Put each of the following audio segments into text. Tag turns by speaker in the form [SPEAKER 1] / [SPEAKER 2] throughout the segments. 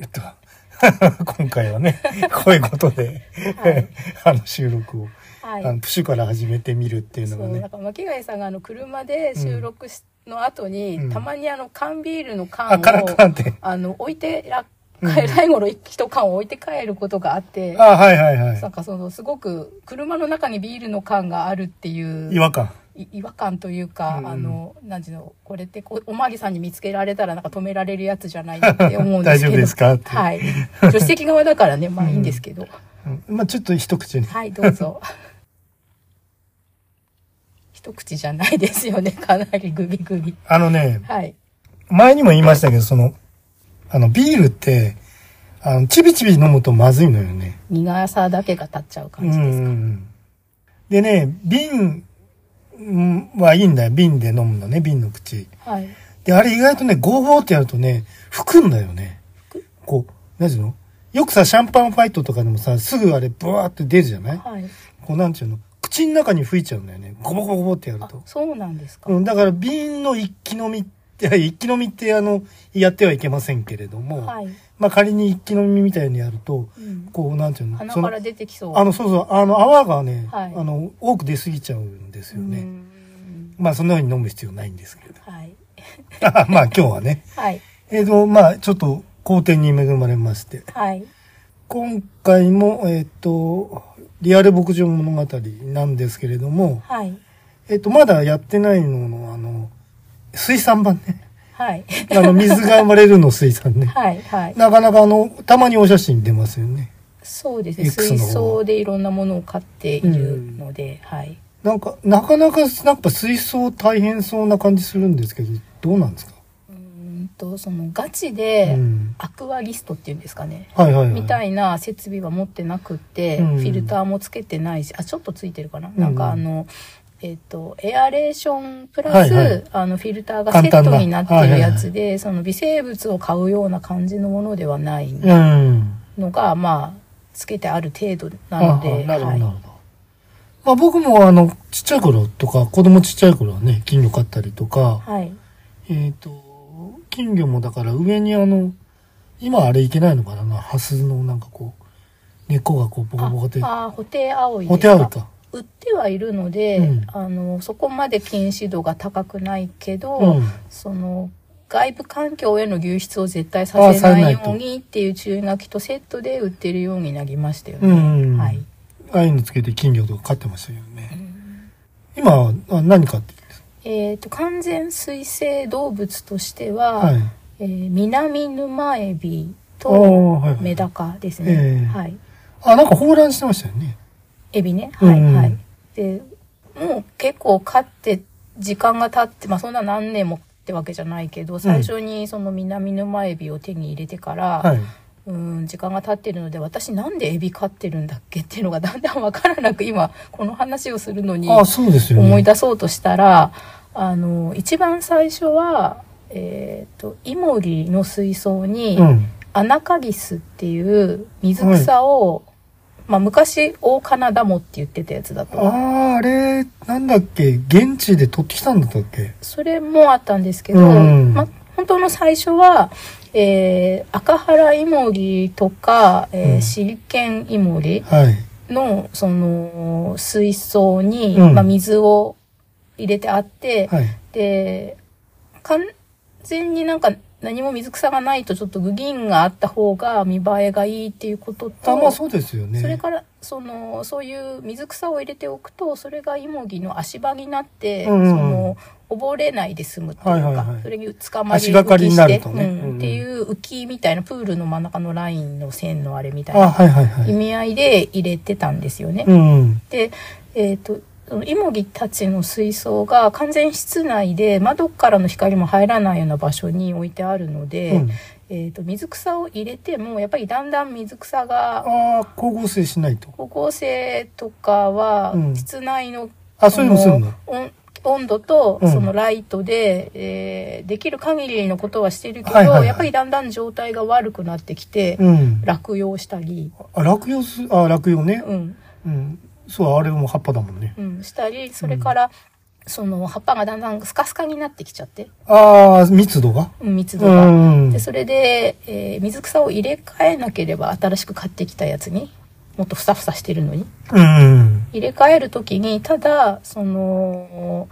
[SPEAKER 1] えっと、 今回はね、 こういうことで、
[SPEAKER 2] はい
[SPEAKER 1] あの収録を、
[SPEAKER 2] はい
[SPEAKER 1] あのプシュから始めてみるっていうの
[SPEAKER 2] そ
[SPEAKER 1] が
[SPEAKER 2] う
[SPEAKER 1] ね
[SPEAKER 2] なん、か巻貝さんがあの車で収録し、の後に、
[SPEAKER 1] うん
[SPEAKER 2] たまにあの缶ビールの缶
[SPEAKER 1] あから
[SPEAKER 2] を
[SPEAKER 1] かんって。
[SPEAKER 2] あの置いてら
[SPEAKER 1] うん
[SPEAKER 2] 帰らい頃一缶を置いて帰ることがあって、
[SPEAKER 1] あ、はいはいは
[SPEAKER 2] なんかそのすごく車の中にビールの缶があるっていう
[SPEAKER 1] い。違和感。
[SPEAKER 2] い違和感というか、
[SPEAKER 1] うん
[SPEAKER 2] あの何ていうのこれってこうおまわりさんに見つけられたらなんか止められるやつじゃないって思うんで
[SPEAKER 1] 大
[SPEAKER 2] すけ
[SPEAKER 1] 丈夫
[SPEAKER 2] ど
[SPEAKER 1] ですかって。
[SPEAKER 2] はい助手席側だからねまあいいんですけど、
[SPEAKER 1] うんまあちょっと一口に。
[SPEAKER 2] はいどうぞ 一口じゃないですよねかなりグビグビ
[SPEAKER 1] あのね、
[SPEAKER 2] はい
[SPEAKER 1] 前にも言いましたけど、その、あの、ビールって、あの、ちびちび飲むとまずいのよね。
[SPEAKER 2] 苦さだけが立っちゃう感じです
[SPEAKER 1] うんうんうんでね、瓶うんはいいんだよ。瓶で飲むのね、瓶の口。
[SPEAKER 2] はい
[SPEAKER 1] で、あれ意外とね、ゴーゴーってやるとね、吹くんだよね。こう、なんていうのよくさ、シャンパンファイトとかでもさ、すぐあれ、ブワーって出るじゃない
[SPEAKER 2] はい
[SPEAKER 1] こう、なんていうの口の中に吹いちゃうんだよね。ゴボゴボゴボってやる
[SPEAKER 2] あ
[SPEAKER 1] と。
[SPEAKER 2] そうなんですか、
[SPEAKER 1] うん、だから瓶の一気飲みって、一気飲みってあの、やってはいけませんけれども、
[SPEAKER 2] はい、
[SPEAKER 1] まあ仮に一気飲みみたいにやると、
[SPEAKER 2] うん、
[SPEAKER 1] こう、なんていうの
[SPEAKER 2] 鼻
[SPEAKER 1] その
[SPEAKER 2] から出てきそう
[SPEAKER 1] あの、そうそう、あの、泡がね、
[SPEAKER 2] はい
[SPEAKER 1] あの、多く出過ぎちゃうんですよ
[SPEAKER 2] う
[SPEAKER 1] ね。
[SPEAKER 2] ん
[SPEAKER 1] まあ、そんな風に飲む必要ないんですけど。
[SPEAKER 2] はい
[SPEAKER 1] あまあ、今日はね。
[SPEAKER 2] はい
[SPEAKER 1] えっ、と、まあ、ちょっと、好天に恵まれまして。
[SPEAKER 2] はい
[SPEAKER 1] 今回も、えっ、と、リアル牧場物語なんですけれども、
[SPEAKER 2] はい
[SPEAKER 1] えっ、と、まだやってないのの、あの、水産版ね。
[SPEAKER 2] はい
[SPEAKER 1] あの、水が生まれるの水産ね。
[SPEAKER 2] はいはい
[SPEAKER 1] なかなかあの、たまにお写真出ますよね。
[SPEAKER 2] そうですね
[SPEAKER 1] X
[SPEAKER 2] 水
[SPEAKER 1] の
[SPEAKER 2] 槽でいろんなものを飼っているので、はい
[SPEAKER 1] なんか、なかなか、なんか水槽大変そうな感じするんですけど、どうなんですか
[SPEAKER 2] うーんとそのガチ
[SPEAKER 1] う
[SPEAKER 2] で
[SPEAKER 1] ん。
[SPEAKER 2] アクアリストっていうんですかね、
[SPEAKER 1] はいはいはい。
[SPEAKER 2] みた
[SPEAKER 1] い。
[SPEAKER 2] いな設備は持ってなくって、
[SPEAKER 1] うん
[SPEAKER 2] フィルターもつけてないしあちょっとついてるかな、
[SPEAKER 1] ん
[SPEAKER 2] なんかあのえっとエアレーションプラス、
[SPEAKER 1] はいはい
[SPEAKER 2] あのフィルターがセ
[SPEAKER 1] 簡単
[SPEAKER 2] ッ
[SPEAKER 1] な
[SPEAKER 2] トになってるやつで、その微生物を飼うような感じのものではない
[SPEAKER 1] うん。
[SPEAKER 2] のが、まあつけてある程度なの
[SPEAKER 1] あ
[SPEAKER 2] で
[SPEAKER 1] あなるほど、
[SPEAKER 2] はい
[SPEAKER 1] なるほど。まあ僕もあの、ちっちゃい頃とか、子供ちっちゃい頃はね、金魚飼ったりとか、
[SPEAKER 2] はい
[SPEAKER 1] えっ、と、金魚もだから上にあの、今あれいけないのかな、ハスのなんかこう、根っこがこう、ボコボコで、
[SPEAKER 2] ああホテイアオイ
[SPEAKER 1] お
[SPEAKER 2] です
[SPEAKER 1] 手
[SPEAKER 2] か
[SPEAKER 1] あるか。
[SPEAKER 2] 売ってはいるので、
[SPEAKER 1] うん
[SPEAKER 2] あのそこまで禁止度が高くないけど、
[SPEAKER 1] うん。
[SPEAKER 2] その外部環境への流出を絶対させない
[SPEAKER 1] あされないと
[SPEAKER 2] ようにっていう注意書きとセットで売ってるようになりましたよ
[SPEAKER 1] う
[SPEAKER 2] ね。
[SPEAKER 1] ん、うん。
[SPEAKER 2] はい。
[SPEAKER 1] ああいうのつけて金魚とか飼ってましたよね。今、あ何飼ってるんです
[SPEAKER 2] えっ、と完全水生動物として
[SPEAKER 1] か
[SPEAKER 2] は、
[SPEAKER 1] はい。
[SPEAKER 2] えー南沼エビ
[SPEAKER 1] ああ、
[SPEAKER 2] と
[SPEAKER 1] はい、はい。
[SPEAKER 2] メダカですね。
[SPEAKER 1] ええ
[SPEAKER 2] はい。
[SPEAKER 1] あ、なんか放卵してましたよね。
[SPEAKER 2] エビね。はい、
[SPEAKER 1] うん
[SPEAKER 2] はい。で、もう結構飼って時間が経って、まあそんな何年もってわけじゃないけど、最初にその南沼エビを手に入れてから、
[SPEAKER 1] はい。
[SPEAKER 2] うん時間が経ってるので私なんでエビ飼ってるんだっけっていうのがだんだん分からなく今この話をするのに
[SPEAKER 1] ああ、そうですよね。
[SPEAKER 2] 思い出そうとしたらあの一番最初は、えー、とイモリの水槽に
[SPEAKER 1] うん。
[SPEAKER 2] アナカギスっていう水草を、まあ、昔オオカナダモって言ってたやつだと
[SPEAKER 1] ああ、あれ、なんだっけ、現地で取ってきたんだったっけ
[SPEAKER 2] それもあったんですけど、
[SPEAKER 1] うん
[SPEAKER 2] まあ、本当の最初は、えー赤原イモリとか、え
[SPEAKER 1] う
[SPEAKER 2] ー
[SPEAKER 1] ん
[SPEAKER 2] シリケンイモリ、
[SPEAKER 1] はい。
[SPEAKER 2] のその水槽に、
[SPEAKER 1] うん
[SPEAKER 2] まあ、水を入れてあって、
[SPEAKER 1] はい。
[SPEAKER 2] で完全になんか何も水草がないとちょっとグギンがあった方が見栄えがいいっていうことと
[SPEAKER 1] あ、まあそうですよね。
[SPEAKER 2] それからそのそういう水草を入れておくとそれがイモギの足場になって、
[SPEAKER 1] うんうん
[SPEAKER 2] その溺れないで済むというか、
[SPEAKER 1] はいはいはい
[SPEAKER 2] それに捕まり
[SPEAKER 1] 足がかりになると
[SPEAKER 2] 浮き
[SPEAKER 1] ね
[SPEAKER 2] してうん
[SPEAKER 1] うんうん
[SPEAKER 2] っていう浮きみたいなプールの真ん中のラインの線のあれみたい
[SPEAKER 1] あ、
[SPEAKER 2] な
[SPEAKER 1] はいはいは
[SPEAKER 2] 意
[SPEAKER 1] い。
[SPEAKER 2] 味合いで入れてたんですよね。
[SPEAKER 1] うん。
[SPEAKER 2] で、えっとそのイモギたちの水槽が完全室内で窓からの光も入らないような場所に置いてあるので、
[SPEAKER 1] うん、
[SPEAKER 2] えっと水草を入れてもやっぱりだんだん水草が
[SPEAKER 1] ああ、光合成しないと。
[SPEAKER 2] 光合成とかは
[SPEAKER 1] うん
[SPEAKER 2] 室内の,、
[SPEAKER 1] あ、そういうのするんだ。
[SPEAKER 2] 温温度と
[SPEAKER 1] うん
[SPEAKER 2] そのライトで、えーできる限りのことはしてるけど、
[SPEAKER 1] はいはいはい
[SPEAKER 2] やっぱりだんだん状態が悪くなってきて、
[SPEAKER 1] うん。
[SPEAKER 2] 落葉したり、
[SPEAKER 1] あ、落葉す、あ、落葉ね。
[SPEAKER 2] うん、
[SPEAKER 1] うん。そう、あれも葉っぱだもんね。
[SPEAKER 2] うん、したりそれから、その葉っぱがだんだんスカスカになってきちゃって、
[SPEAKER 1] ああ、密度が
[SPEAKER 2] うん密度
[SPEAKER 1] う
[SPEAKER 2] が。
[SPEAKER 1] ん。
[SPEAKER 2] で、それで、えー水草を入れ替えなければ新しく買ってきたやつに、もっとふさふさしてるのに。
[SPEAKER 1] うん。
[SPEAKER 2] 入れ替える時にただその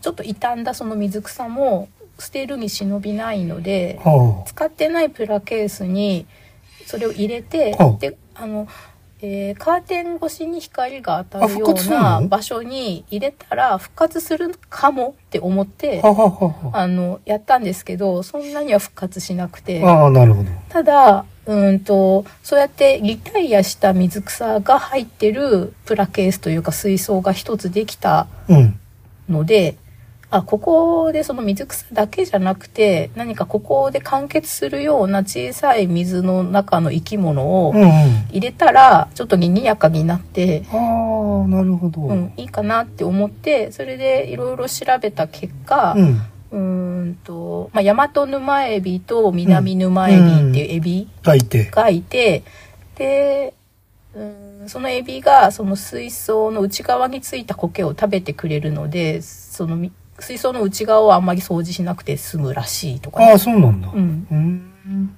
[SPEAKER 2] ちょっと傷んだその水草も捨てるに忍びないので
[SPEAKER 1] は
[SPEAKER 2] 使ってないプラケースにそれを入れて
[SPEAKER 1] はあ
[SPEAKER 2] であの、えーカーテン越しに光が当たるよ
[SPEAKER 1] あ復活
[SPEAKER 2] う
[SPEAKER 1] するの
[SPEAKER 2] な場所に入れたら復活するかもって思って
[SPEAKER 1] あ。ははは
[SPEAKER 2] あのやったんですけどそんなには復活しなくて。
[SPEAKER 1] は。ああ、なるほど。
[SPEAKER 2] ただうーんとそうやってリタイアした水草が入ってるプラケースというか水槽が一つできた
[SPEAKER 1] うん。
[SPEAKER 2] のであここでその水草だけじゃなくて何かここで完結するような小さい水の中の生き物
[SPEAKER 1] う
[SPEAKER 2] を
[SPEAKER 1] んうん。
[SPEAKER 2] 入れたらちょっとにぎやかになって、
[SPEAKER 1] ああ、なるほど。
[SPEAKER 2] う
[SPEAKER 1] うん
[SPEAKER 2] ん、いいかなって思ってそれでいろいろ調べた結果、うーんと、まあ、大和沼エビと南沼エビっていうエビ、
[SPEAKER 1] 書いて。
[SPEAKER 2] がいてでうんそのエビがその水槽の内側についた苔を食べてくれるのでそのみ水槽の内側をあんまり掃除しなくて済むらしいとか
[SPEAKER 1] あ
[SPEAKER 2] ね。
[SPEAKER 1] あ、そうなんだ
[SPEAKER 2] う。ん、
[SPEAKER 1] うん。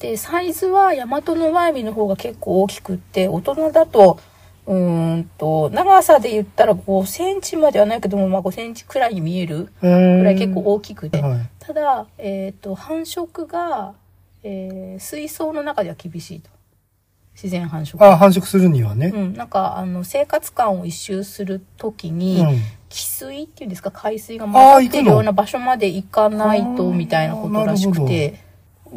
[SPEAKER 2] でサイズはヤマトノワエビの方が結構大きくって大人だとうーんと長さで言ったら5センチまではないけども、まあ、5センチくらいに見える
[SPEAKER 1] えー
[SPEAKER 2] くらい結構大きくて、
[SPEAKER 1] はい。
[SPEAKER 2] ただ、えー、と繁殖が、えー水槽の中では厳しいと自然繁殖
[SPEAKER 1] ああ、繁殖するにはね
[SPEAKER 2] う。ん、なんかあの生活感を一周するとき
[SPEAKER 1] う
[SPEAKER 2] に、
[SPEAKER 1] ん。
[SPEAKER 2] 汽水っていうんですか海水が
[SPEAKER 1] あー
[SPEAKER 2] 混ざ
[SPEAKER 1] 行
[SPEAKER 2] っ
[SPEAKER 1] く
[SPEAKER 2] て
[SPEAKER 1] の
[SPEAKER 2] るような場所まで行かないと
[SPEAKER 1] あー
[SPEAKER 2] みたいなことらしくて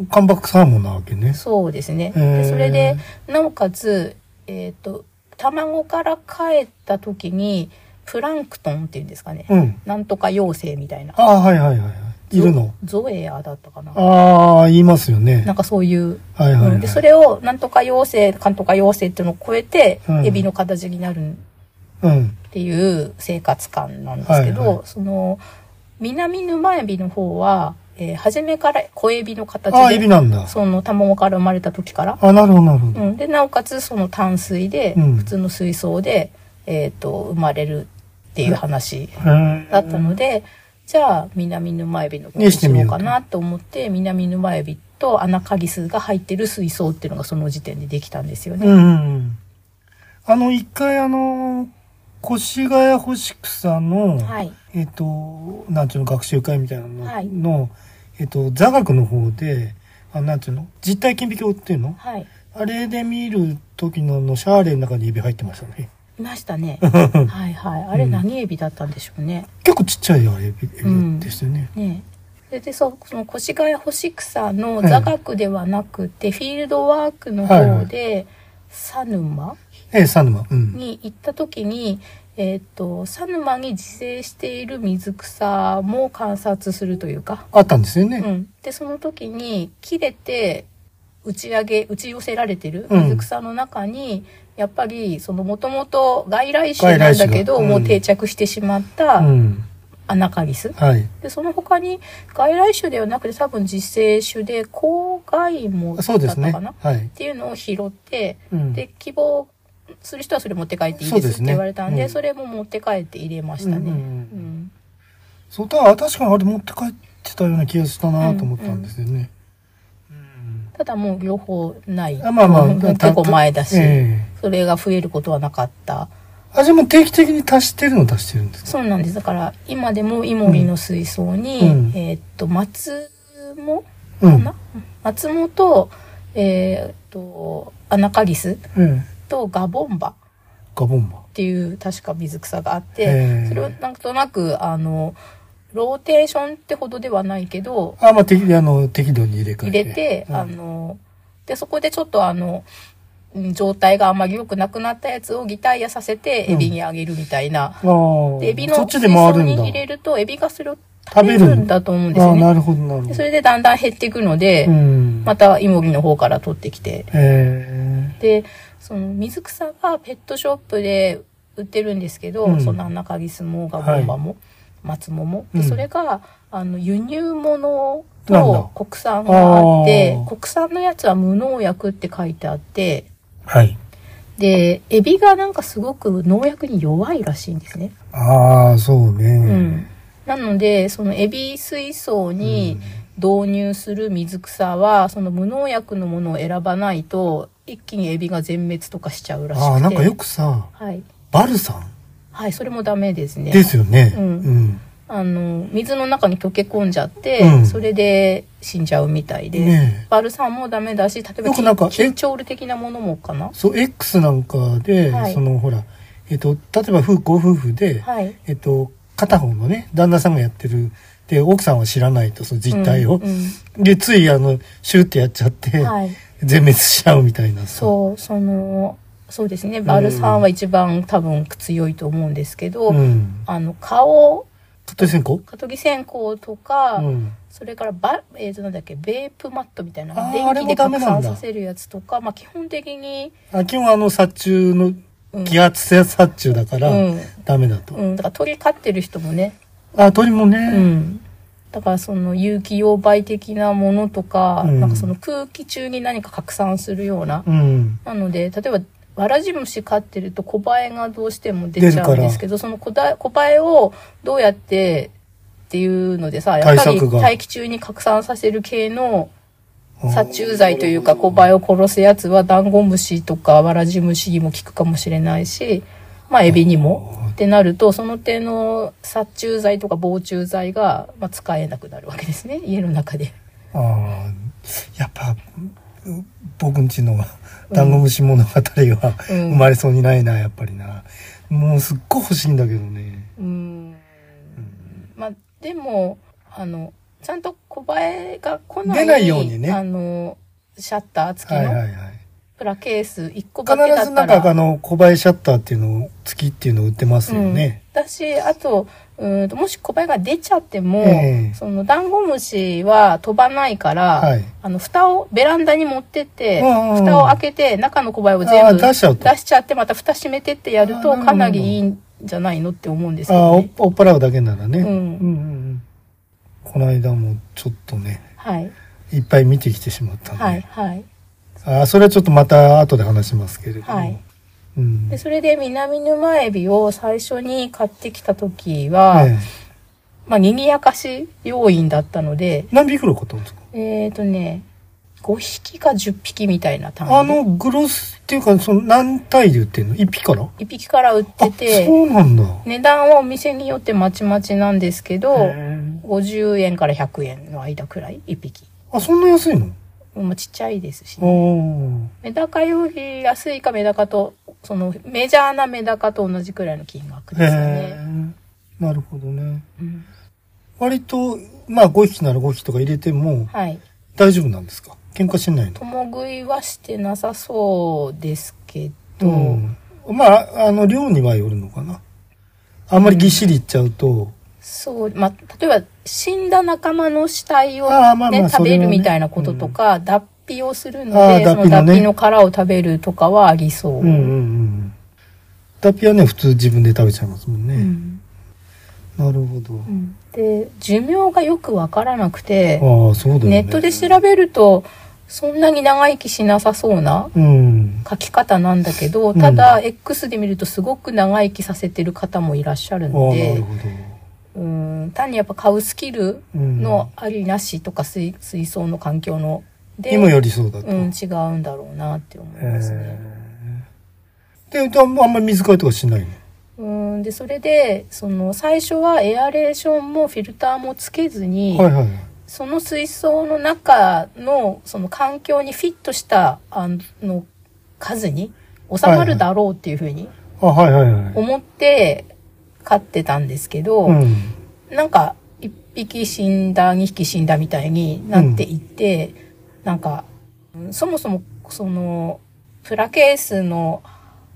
[SPEAKER 1] カンバックサーモンなわけね。
[SPEAKER 2] そうですね
[SPEAKER 1] へー
[SPEAKER 2] でそれでなおかつ、えっと卵から帰った時にプランクトンっていうんですかね、
[SPEAKER 1] うん。
[SPEAKER 2] なんとか妖精みたいな
[SPEAKER 1] ああ、はいはいはい。いるの。
[SPEAKER 2] ゾゾエアだったかな
[SPEAKER 1] ああ、言いますよね
[SPEAKER 2] な。んかそういう
[SPEAKER 1] はいはい、は
[SPEAKER 2] う
[SPEAKER 1] い。
[SPEAKER 2] んでそれをなんとか妖精かんとか妖精っていうのを超えて、
[SPEAKER 1] うん
[SPEAKER 2] エビの形になる
[SPEAKER 1] うん。
[SPEAKER 2] っていう生活感なんですけど、
[SPEAKER 1] はいは
[SPEAKER 2] その南沼エビの方は、えー初めから小エビの形
[SPEAKER 1] ああ、エビ
[SPEAKER 2] で
[SPEAKER 1] なんだ。
[SPEAKER 2] その卵から生まれた時から、
[SPEAKER 1] あ、なるほど、なるほ
[SPEAKER 2] う
[SPEAKER 1] ど。
[SPEAKER 2] ん、でなおかつその淡水で、
[SPEAKER 1] うん
[SPEAKER 2] 普通の水槽で、えー、と生まれるっていう話
[SPEAKER 1] うん
[SPEAKER 2] だったので、じゃあ南沼エビの方
[SPEAKER 1] に
[SPEAKER 2] に
[SPEAKER 1] して
[SPEAKER 2] し
[SPEAKER 1] みよ
[SPEAKER 2] よ
[SPEAKER 1] う
[SPEAKER 2] う
[SPEAKER 1] と
[SPEAKER 2] かなと思って南沼エビとアナカギスが入ってる水槽っていうのがその時点でできたんですよね。
[SPEAKER 1] うんうんうん。あの、一回あの、越谷干し草の、
[SPEAKER 2] はい
[SPEAKER 1] えっ、と、なんちゅうの、学習会みたいなのの、
[SPEAKER 2] はい
[SPEAKER 1] えっ、と、座学の方で、あなんちゅうの、実体顕微鏡っていうの
[SPEAKER 2] はい
[SPEAKER 1] あれで見る時のあの、シャーレの中に指入ってました ね。
[SPEAKER 2] いましたね。はいはい。あれ
[SPEAKER 1] うん
[SPEAKER 2] 何エビだったんでしょうね。
[SPEAKER 1] 結構ちっちゃいあれ、エビエ
[SPEAKER 2] う
[SPEAKER 1] ビ
[SPEAKER 2] ん
[SPEAKER 1] ですよね。
[SPEAKER 2] ねえそれでそうその越谷干し草の座学ではなくて、フィールドワークの方で、佐沼
[SPEAKER 1] ええ、サヌマ。うん。
[SPEAKER 2] に行った時に、えーっと佐沼に自生している水草も観察するというか、
[SPEAKER 1] あったんですよね。
[SPEAKER 2] うん、でその時に切れて打ち上げ打ち寄せられてる
[SPEAKER 1] うん
[SPEAKER 2] 水草の中に、やっぱりそのもともと外来種なんだけど、
[SPEAKER 1] 外来種がうん
[SPEAKER 2] もう定着してしまっ
[SPEAKER 1] う
[SPEAKER 2] た
[SPEAKER 1] ん。
[SPEAKER 2] アナカリス、
[SPEAKER 1] はい。
[SPEAKER 2] でその他に外来種ではなくて多分自生種で郊外もだ
[SPEAKER 1] そうで
[SPEAKER 2] っ
[SPEAKER 1] す
[SPEAKER 2] た
[SPEAKER 1] ね。
[SPEAKER 2] かな、っ
[SPEAKER 1] はい。
[SPEAKER 2] ていうのを拾って
[SPEAKER 1] うん、
[SPEAKER 2] で希望する人はそれ持って帰っていい
[SPEAKER 1] そう
[SPEAKER 2] で
[SPEAKER 1] ですす
[SPEAKER 2] っ
[SPEAKER 1] ね
[SPEAKER 2] て言われたんでそ
[SPEAKER 1] うん
[SPEAKER 2] れも持って帰って入れましたね。
[SPEAKER 1] うんうんう
[SPEAKER 2] うん
[SPEAKER 1] そうだから確かにあれ持って帰ってたような気がしたなと思ったんですよね。うん
[SPEAKER 2] ただもう両方ない。
[SPEAKER 1] あまあまあ
[SPEAKER 2] うん結構前だし、
[SPEAKER 1] え
[SPEAKER 2] それが増えることはなかった。
[SPEAKER 1] えあ、じゃあもう定期的に足してるの足してるんですか
[SPEAKER 2] そうなんです。だから今でもイモリの水槽に、
[SPEAKER 1] うん
[SPEAKER 2] えーっと、松も
[SPEAKER 1] う
[SPEAKER 2] か
[SPEAKER 1] ん。
[SPEAKER 2] な、松もと、えーっと、アナカリス
[SPEAKER 1] ええ
[SPEAKER 2] とガボンバ
[SPEAKER 1] ガボンバ。
[SPEAKER 2] っていう確か水草があって、
[SPEAKER 1] ええ
[SPEAKER 2] それをなんとなく、あの、ローテーションってほどではないけど、
[SPEAKER 1] あ、まあ適あの適度に入れ替え
[SPEAKER 2] 入
[SPEAKER 1] て。
[SPEAKER 2] れて、
[SPEAKER 1] うん
[SPEAKER 2] あの、で、そこでちょっとあの、うん状態があんまり良くなくなったやつをリタイアさせて、
[SPEAKER 1] うん
[SPEAKER 2] エビにあげるみたいな。
[SPEAKER 1] あー
[SPEAKER 2] でエビの
[SPEAKER 1] そっ
[SPEAKER 2] 水
[SPEAKER 1] ちで回
[SPEAKER 2] 槽
[SPEAKER 1] る
[SPEAKER 2] に
[SPEAKER 1] んだ。
[SPEAKER 2] 入れると、エビがそれを
[SPEAKER 1] 食
[SPEAKER 2] 食
[SPEAKER 1] べる
[SPEAKER 2] べ
[SPEAKER 1] んだ
[SPEAKER 2] るんだと思うんです
[SPEAKER 1] ああ
[SPEAKER 2] よ
[SPEAKER 1] ー、
[SPEAKER 2] ね。
[SPEAKER 1] なるほど、なるほ
[SPEAKER 2] で
[SPEAKER 1] ど。
[SPEAKER 2] それでだんだん減っていくので、
[SPEAKER 1] うん。
[SPEAKER 2] またイモリの方から取ってきて。
[SPEAKER 1] え
[SPEAKER 2] で、その水草がペットショップで売ってるんですけど、
[SPEAKER 1] うん
[SPEAKER 2] その中ギスもガボンバも、松もも。で、
[SPEAKER 1] うん
[SPEAKER 2] それが、あの、輸入物
[SPEAKER 1] なんだ
[SPEAKER 2] と国産があって
[SPEAKER 1] あー
[SPEAKER 2] 国産のやつは無農薬って書いてあって、
[SPEAKER 1] えはい。
[SPEAKER 2] で、エビがなんかすごく農薬に弱いらしいんですね。
[SPEAKER 1] ああ、そう
[SPEAKER 2] う
[SPEAKER 1] ね
[SPEAKER 2] ん。。なので、そのエビ水槽に導入する水草は、その無農薬のものを選ばないと、一気にエビが全滅とかしちゃうらしくて。
[SPEAKER 1] ああ、なんかよくさ、
[SPEAKER 2] はい。
[SPEAKER 1] バルさん
[SPEAKER 2] はい、それもダメですね。
[SPEAKER 1] ですよね。う
[SPEAKER 2] うんん。あの、水の中に溶け込んじゃって、
[SPEAKER 1] うん
[SPEAKER 2] それで死んじゃうみたいで。
[SPEAKER 1] ねえ
[SPEAKER 2] バルサンもダメだし、例えば
[SPEAKER 1] よく
[SPEAKER 2] キ
[SPEAKER 1] なんか
[SPEAKER 2] キ
[SPEAKER 1] え
[SPEAKER 2] ンチョール的なものもかな
[SPEAKER 1] そう、X なんかで、
[SPEAKER 2] はい
[SPEAKER 1] その、ほら、えっと、例えば夫ご夫婦で、
[SPEAKER 2] はい。
[SPEAKER 1] えっと、片方のね、旦那さんがやってる、で、奥さんは知らないと、その実態を。
[SPEAKER 2] うん
[SPEAKER 1] で、つい、あの、シューってやっちゃっ
[SPEAKER 2] う
[SPEAKER 1] て、
[SPEAKER 2] んはい。
[SPEAKER 1] 全滅しちゃうみたいなさ。
[SPEAKER 2] そう、その、そうですね。バルサンは一番多分強いと思うんですけど、
[SPEAKER 1] うん。
[SPEAKER 2] あの、顔、
[SPEAKER 1] カットリセンコ
[SPEAKER 2] カトギ線香とか、
[SPEAKER 1] うん。
[SPEAKER 2] それからバ、えーと、なんだっけ、ベープマットみたいな
[SPEAKER 1] あー、あれ
[SPEAKER 2] 電
[SPEAKER 1] も
[SPEAKER 2] 気で
[SPEAKER 1] ダメ
[SPEAKER 2] 拡
[SPEAKER 1] なんだ
[SPEAKER 2] 散させるやつとか、まあ基本的に、
[SPEAKER 1] あ、基本あの、殺虫の、
[SPEAKER 2] うん
[SPEAKER 1] 気圧や殺虫だから、
[SPEAKER 2] うん
[SPEAKER 1] ダメだと。
[SPEAKER 2] うん、だから鳥飼ってる人もね、
[SPEAKER 1] あ、鳥もね、
[SPEAKER 2] うん。だからその有機溶媒的なものとか、
[SPEAKER 1] うん
[SPEAKER 2] なんかその空気中に何か拡散するような。
[SPEAKER 1] うん。
[SPEAKER 2] なので、例えば、わらじ虫飼ってるとコバエがどうしても出ちゃうんですけど、そのコダコバエをどうやってっていうのでさ、やっぱ
[SPEAKER 1] 対
[SPEAKER 2] り
[SPEAKER 1] 策が
[SPEAKER 2] 大気中に拡散させる系の殺虫剤というかコバエを殺すやつはダンゴムシとかワラジムシにも効くかもしれないし、まあエビにも。ってなると、その手の殺虫剤とか防虫剤が、まあ、使えなくなるわけですね。家の中で。
[SPEAKER 1] ああー、やっぱ、う僕んちのダンゴムシ物語は、
[SPEAKER 2] うん
[SPEAKER 1] 生まれそうにないな、やっぱりな。もうすっごい欲しいんだけどね。
[SPEAKER 2] うーん。まあでも、あの、ちゃんとコバエが来ない。
[SPEAKER 1] 出ないようにね
[SPEAKER 2] あの、シャッター付き
[SPEAKER 1] はいはいは
[SPEAKER 2] の
[SPEAKER 1] い。
[SPEAKER 2] プラケース1個だけだ
[SPEAKER 1] 必
[SPEAKER 2] ったら
[SPEAKER 1] ず。なんかあの、小林シャッターっていうのを、月っていうのを売ってますよね。
[SPEAKER 2] うん、だしあとうーんともし小林が出ちゃっても、
[SPEAKER 1] ええ
[SPEAKER 2] そのダンゴムシは飛ばないから、
[SPEAKER 1] はい
[SPEAKER 2] あの蓋をベランダに持ってって、
[SPEAKER 1] うんうんうん
[SPEAKER 2] 蓋を開けて中の小林を全
[SPEAKER 1] ああ
[SPEAKER 2] 部
[SPEAKER 1] 出しちゃうと
[SPEAKER 2] 出しちゃってまた蓋閉めてってやる
[SPEAKER 1] ああ
[SPEAKER 2] と
[SPEAKER 1] なるほど
[SPEAKER 2] かなりいいんじゃないのって思うんです
[SPEAKER 1] あ
[SPEAKER 2] よ
[SPEAKER 1] あ、お
[SPEAKER 2] ね。
[SPEAKER 1] 追っ払うだけならね。
[SPEAKER 2] うん
[SPEAKER 1] うんうんこの間もちょっとね、
[SPEAKER 2] はい
[SPEAKER 1] いっぱい見てきてしまったんで。
[SPEAKER 2] はいはい
[SPEAKER 1] ああ、それはちょっとまた後で話しますけれども。
[SPEAKER 2] はい。
[SPEAKER 1] うん。
[SPEAKER 2] でそれで南沼エビを最初に買ってきた時は、
[SPEAKER 1] ええ
[SPEAKER 2] まあ賑やかし要員だったので
[SPEAKER 1] 何匹ぐらい買ったんですか
[SPEAKER 2] えっ、ー、とね5匹か10匹みたいな単位で
[SPEAKER 1] あの、グロスっていうか、その何体で売ってんの一匹から
[SPEAKER 2] 一匹から売っ
[SPEAKER 1] あ
[SPEAKER 2] て、て、
[SPEAKER 1] そうなんだ。
[SPEAKER 2] 値段はお店によってまちまちなんですけど、50円から100円の間くらい、一匹。
[SPEAKER 1] あ、そんな安いの
[SPEAKER 2] もうちっちゃいですし、ね、
[SPEAKER 1] あ
[SPEAKER 2] メダカより安いかメダカと、そのメジャーなメダカと同じくらいの金額
[SPEAKER 1] あ。
[SPEAKER 2] です
[SPEAKER 1] へ
[SPEAKER 2] ね。
[SPEAKER 1] え。なるほどね。
[SPEAKER 2] うん
[SPEAKER 1] 割と、まあ5匹なら5匹とか入れても
[SPEAKER 2] はい。
[SPEAKER 1] 大丈夫なんですか喧嘩しないの
[SPEAKER 2] 共食いはしてなさそうですけど、
[SPEAKER 1] うん。まあ、あの、量にはよるのかな。あんまりぎっしりいっちゃうと、
[SPEAKER 2] そう、まあ、例えば死んだ仲間の死体を、ね
[SPEAKER 1] あーまあまあそ
[SPEAKER 2] 食
[SPEAKER 1] れはね
[SPEAKER 2] べるみたいなこととか、脱皮をするの
[SPEAKER 1] あ
[SPEAKER 2] で、
[SPEAKER 1] ー脱皮
[SPEAKER 2] その
[SPEAKER 1] のね
[SPEAKER 2] 脱皮の殻を食べるとかはありそう。
[SPEAKER 1] うんうんうん。タピはね、普通自分で食べちゃいますもんね。
[SPEAKER 2] うん
[SPEAKER 1] なるほど。
[SPEAKER 2] で寿命がよくわからなくて、
[SPEAKER 1] ああ、そうだよ
[SPEAKER 2] ネ
[SPEAKER 1] ね。
[SPEAKER 2] ットで調べるとそんなに長生きしなさそうな
[SPEAKER 1] うん。
[SPEAKER 2] 書き方なんだけど
[SPEAKER 1] うん
[SPEAKER 2] ただ X で見るとすごく長生きさせてる方もいらっしゃる
[SPEAKER 1] ああ、
[SPEAKER 2] の
[SPEAKER 1] なる
[SPEAKER 2] で
[SPEAKER 1] ほど。
[SPEAKER 2] うん単にやっぱ買うスキル
[SPEAKER 1] うん
[SPEAKER 2] のありなしとか水水槽の環境ので、
[SPEAKER 1] 今よりそうだと。
[SPEAKER 2] うん、違うんだろうなって思いますね。
[SPEAKER 1] で、あんまり水替えとかしないの
[SPEAKER 2] うんでそれでその最初はエアレーションもフィルターもつけずに、
[SPEAKER 1] はいはいはい。
[SPEAKER 2] その水槽の中のその環境にフィットしたあの数に収まるだろうっていうふうに
[SPEAKER 1] あ、はいはいはい。
[SPEAKER 2] 思って飼ってたんですけど、
[SPEAKER 1] うん。
[SPEAKER 2] なんか1匹死んだ2匹死んだみたいになっていって、なんかうんそもそもそのプラケースの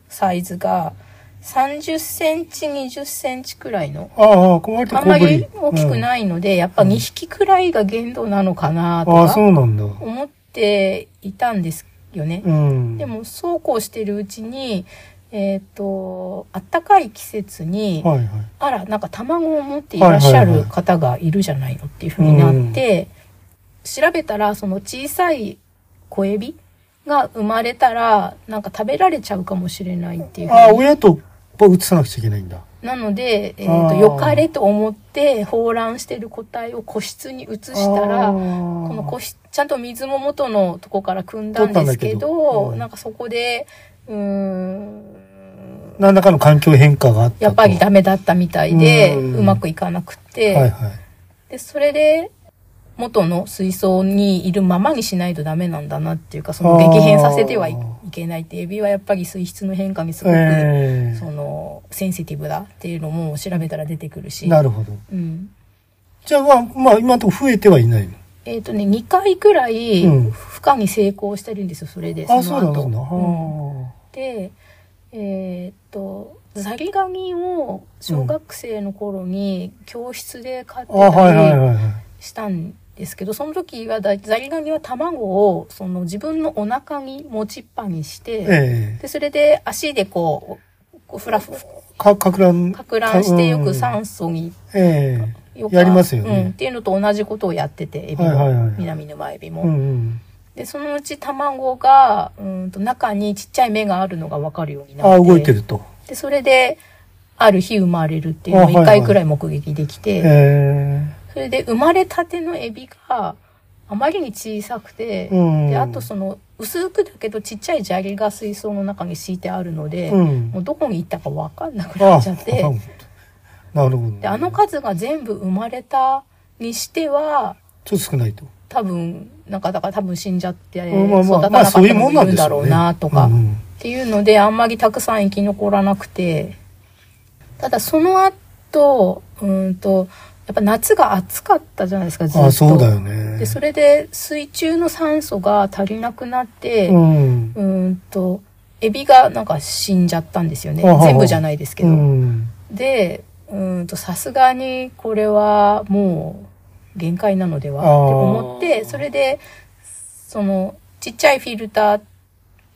[SPEAKER 2] サイズが30センチ20センチくらいの
[SPEAKER 1] ああ、壊れて
[SPEAKER 2] あんま
[SPEAKER 1] 小ぶり。
[SPEAKER 2] り大きくないので、やっぱ2匹くらいが限度なのかな
[SPEAKER 1] う
[SPEAKER 2] と
[SPEAKER 1] ん。ああ、
[SPEAKER 2] か
[SPEAKER 1] そうなんだ。
[SPEAKER 2] 思っていたんですよね。
[SPEAKER 1] うん。
[SPEAKER 2] でもそうこうしてるうちに、えっ、と、あったかい季節に、
[SPEAKER 1] はいはい。
[SPEAKER 2] あら、なんか卵を持っていらっしゃる方がいるじゃないのっていうふうになって、調べたらその小さい小エビが生まれたら、なんか食べられちゃうかもしれないっていう。
[SPEAKER 1] ああ、親とやっぱ移さなくちゃいけないんだ。
[SPEAKER 2] なので、えっ、
[SPEAKER 1] あ
[SPEAKER 2] と、
[SPEAKER 1] ー
[SPEAKER 2] よかれと思って、放卵してる個体を個室に移したら、
[SPEAKER 1] あ
[SPEAKER 2] こ
[SPEAKER 1] ー
[SPEAKER 2] の個室、ちゃんと水も元のとこから汲んだ
[SPEAKER 1] 取っ
[SPEAKER 2] んですけ
[SPEAKER 1] たんだけど
[SPEAKER 2] ど、
[SPEAKER 1] うん
[SPEAKER 2] なんかそこで、うーん、
[SPEAKER 1] 何らかの環境変化があったと。
[SPEAKER 2] やっぱりダメだったみたいで、
[SPEAKER 1] うん
[SPEAKER 2] うまくいかなくて、
[SPEAKER 1] はいはい。
[SPEAKER 2] で、それで、元の水槽にいるままにしないとダメなんだなっていうか、その
[SPEAKER 1] あー
[SPEAKER 2] 激変させてはいいけないって、エビはやっぱり水質の変化にすごく、
[SPEAKER 1] え
[SPEAKER 2] その、センシティブだっていうのも調べたら出てくる
[SPEAKER 1] え
[SPEAKER 2] し。
[SPEAKER 1] なるほど。
[SPEAKER 2] うん。
[SPEAKER 1] じゃあ、まあ、まあ、今のところ増えてはいないの。
[SPEAKER 2] えっ、とね、2回くらい、
[SPEAKER 1] うん
[SPEAKER 2] 孵化に成功してるんですよ、それで。
[SPEAKER 1] あ、
[SPEAKER 2] そ
[SPEAKER 1] そ
[SPEAKER 2] の
[SPEAKER 1] うなん
[SPEAKER 2] 後
[SPEAKER 1] だ。そうなんだ。
[SPEAKER 2] うんで、えっ、と、ザリガニを小学生の頃に教室で飼って
[SPEAKER 1] ああ、は
[SPEAKER 2] た
[SPEAKER 1] いはい
[SPEAKER 2] り
[SPEAKER 1] はいはい。
[SPEAKER 2] したんですけど、その時はだいザリガニは卵をその自分のお腹に持ちっぱにして、
[SPEAKER 1] ええ
[SPEAKER 2] でそれで足でこう、こうふらふ、
[SPEAKER 1] か、かくらん。
[SPEAKER 2] かくらんしてよく
[SPEAKER 1] さ
[SPEAKER 2] 酸素に、
[SPEAKER 1] ええ
[SPEAKER 2] よく
[SPEAKER 1] やりますよね
[SPEAKER 2] うん。っていうのと同じことをやってて、エビも、
[SPEAKER 1] はいはいはい
[SPEAKER 2] 南沼エビも。
[SPEAKER 1] うんうん。
[SPEAKER 2] で、そのうち卵が、うんと中にちっちゃい目があるのがわかるようになって。
[SPEAKER 1] ああ、動いてると。
[SPEAKER 2] で、それで、ある日生まれるっていうのを
[SPEAKER 1] あはいはい
[SPEAKER 2] 1回くらい目撃できて、
[SPEAKER 1] え
[SPEAKER 2] それで生まれたてのエビがあまりに小さくて、
[SPEAKER 1] えうん。
[SPEAKER 2] で、あとその薄くだけどちっちゃい砂利が水槽の中に敷いてあるので、
[SPEAKER 1] うん
[SPEAKER 2] もうどこに行ったかわかんなく
[SPEAKER 1] あ
[SPEAKER 2] なっちゃって、
[SPEAKER 1] あなるほど。
[SPEAKER 2] で、あの数が全部生まれたにしては、
[SPEAKER 1] ちょっと少ないと。
[SPEAKER 2] 多分、なんかだから多分死んじゃって、
[SPEAKER 1] まあまあ
[SPEAKER 2] 育た
[SPEAKER 1] まあ
[SPEAKER 2] なかった
[SPEAKER 1] そういうも
[SPEAKER 2] も
[SPEAKER 1] んないんで
[SPEAKER 2] るん
[SPEAKER 1] し
[SPEAKER 2] だ
[SPEAKER 1] ょ
[SPEAKER 2] ろ
[SPEAKER 1] うね
[SPEAKER 2] うなとか、
[SPEAKER 1] うんうん
[SPEAKER 2] っていうのであんまりたくさん生き残らなくてただその後うーんとやっぱ夏が暑かったじゃないですかずっと
[SPEAKER 1] ああ、そうだよね。
[SPEAKER 2] でそれで水中の酸素が足りなくなって、う
[SPEAKER 1] うん。
[SPEAKER 2] ーんとエビがなんか死んじゃったんですよね
[SPEAKER 1] あはは
[SPEAKER 2] 全部じゃないですけど、
[SPEAKER 1] うん。
[SPEAKER 2] でうーんとさすがにこれはもう限界なのでは
[SPEAKER 1] あ
[SPEAKER 2] って
[SPEAKER 1] ー
[SPEAKER 2] 思ってそれでそのちっちゃいフィルター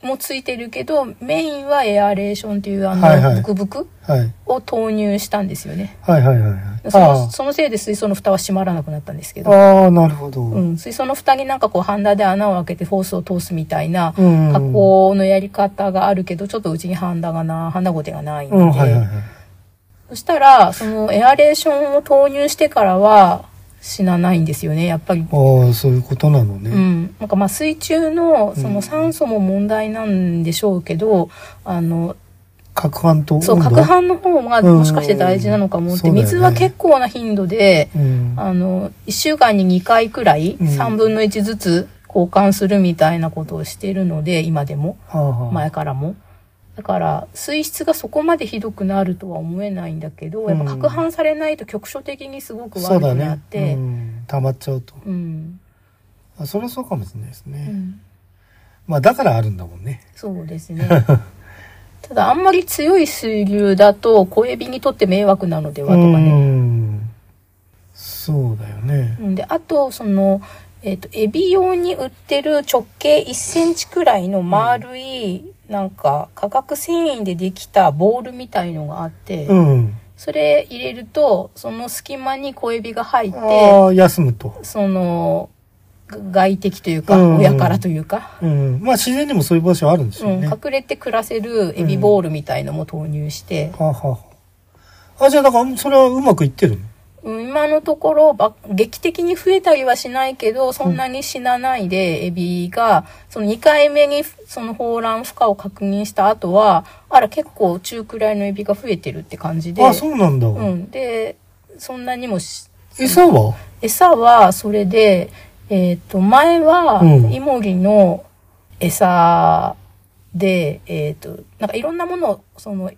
[SPEAKER 2] もついてるけどメインはエアレーションというあの、
[SPEAKER 1] はいはい
[SPEAKER 2] ブクブク
[SPEAKER 1] はい。
[SPEAKER 2] を投入したんですよね
[SPEAKER 1] はいはいはいはい。
[SPEAKER 2] そ
[SPEAKER 1] あ
[SPEAKER 2] のそのせいで水槽の蓋は閉まらなくなったんですけ
[SPEAKER 1] あ
[SPEAKER 2] ど、
[SPEAKER 1] ああ、なるほど。
[SPEAKER 2] う、
[SPEAKER 1] うん
[SPEAKER 2] 水槽の蓋になんかこうハンダで穴を開けてホースを通すみたいな
[SPEAKER 1] 加
[SPEAKER 2] 加工のやり方があるけどちょっとうちにハンダがなハンダゴテがないの
[SPEAKER 1] う
[SPEAKER 2] で、
[SPEAKER 1] ん、はいはいはい。
[SPEAKER 2] そしたら、そのエアレーションを投入してからは死なないんですよね、やっぱり。
[SPEAKER 1] ああ、そういうことなのね。
[SPEAKER 2] うん。なんかまあ水中のそうの
[SPEAKER 1] ん
[SPEAKER 2] 酸素も問題なんでしょうけど、あの、
[SPEAKER 1] 攪拌と温度
[SPEAKER 2] そう、攪拌の方がもしかして大事なのかもって、
[SPEAKER 1] うん
[SPEAKER 2] 水は結構な頻度で、
[SPEAKER 1] うん。
[SPEAKER 2] あの、1週間に2回くらい、
[SPEAKER 1] うん
[SPEAKER 2] 3分の1ずつ交換するみたいなことをしているので、今でも。
[SPEAKER 1] はあはあ
[SPEAKER 2] 前からも。だから水質がそこまでひどくなるとは思えないんだけど、やっぱ
[SPEAKER 1] うん
[SPEAKER 2] 攪拌されないと局所的にすごく
[SPEAKER 1] そ
[SPEAKER 2] 悪
[SPEAKER 1] うだ
[SPEAKER 2] くなっ
[SPEAKER 1] ね。
[SPEAKER 2] て、
[SPEAKER 1] うん溜まっちゃうと。
[SPEAKER 2] うん、
[SPEAKER 1] あそれはそうかもしれないですね
[SPEAKER 2] う。ん
[SPEAKER 1] まあ、だからあるんだもんね。
[SPEAKER 2] そうで すね。ただあんまり強い水流だと小エビにとって迷惑なのではとか
[SPEAKER 1] う
[SPEAKER 2] ね。
[SPEAKER 1] ん。そうだよね。
[SPEAKER 2] うん、であとそのえっ、とエビ用に売ってる直径1センチくらいの丸い、なんか化学繊維でできたボールみたいのがあって。
[SPEAKER 1] うん。
[SPEAKER 2] それ入れると、その隙間に小エビが入って、
[SPEAKER 1] ああ、休むと。
[SPEAKER 2] その、が外敵というか、
[SPEAKER 1] うん
[SPEAKER 2] 親からというか、
[SPEAKER 1] うん。まあ、自然にもそういう場所あるんです
[SPEAKER 2] う
[SPEAKER 1] よ
[SPEAKER 2] ん、
[SPEAKER 1] ね。
[SPEAKER 2] 隠れて暮らせるエビボールみたいのも投入して、
[SPEAKER 1] はあはあ。あ、じゃあ、だから、それはうまくいってるの
[SPEAKER 2] うん今のところば、劇的に増えたりはしないけど、そんなに死なないで、エビが、その2回目に、その放卵孵化を確認した後は、あら、結構中くらいのエビが増えてるって感じで、
[SPEAKER 1] あ、そうなんだ。
[SPEAKER 2] うん、で、そんなにもし
[SPEAKER 1] 餌は
[SPEAKER 2] 餌はそれで、えっと前は
[SPEAKER 1] うん
[SPEAKER 2] イモリの餌で、えっとなんかいろんなものをその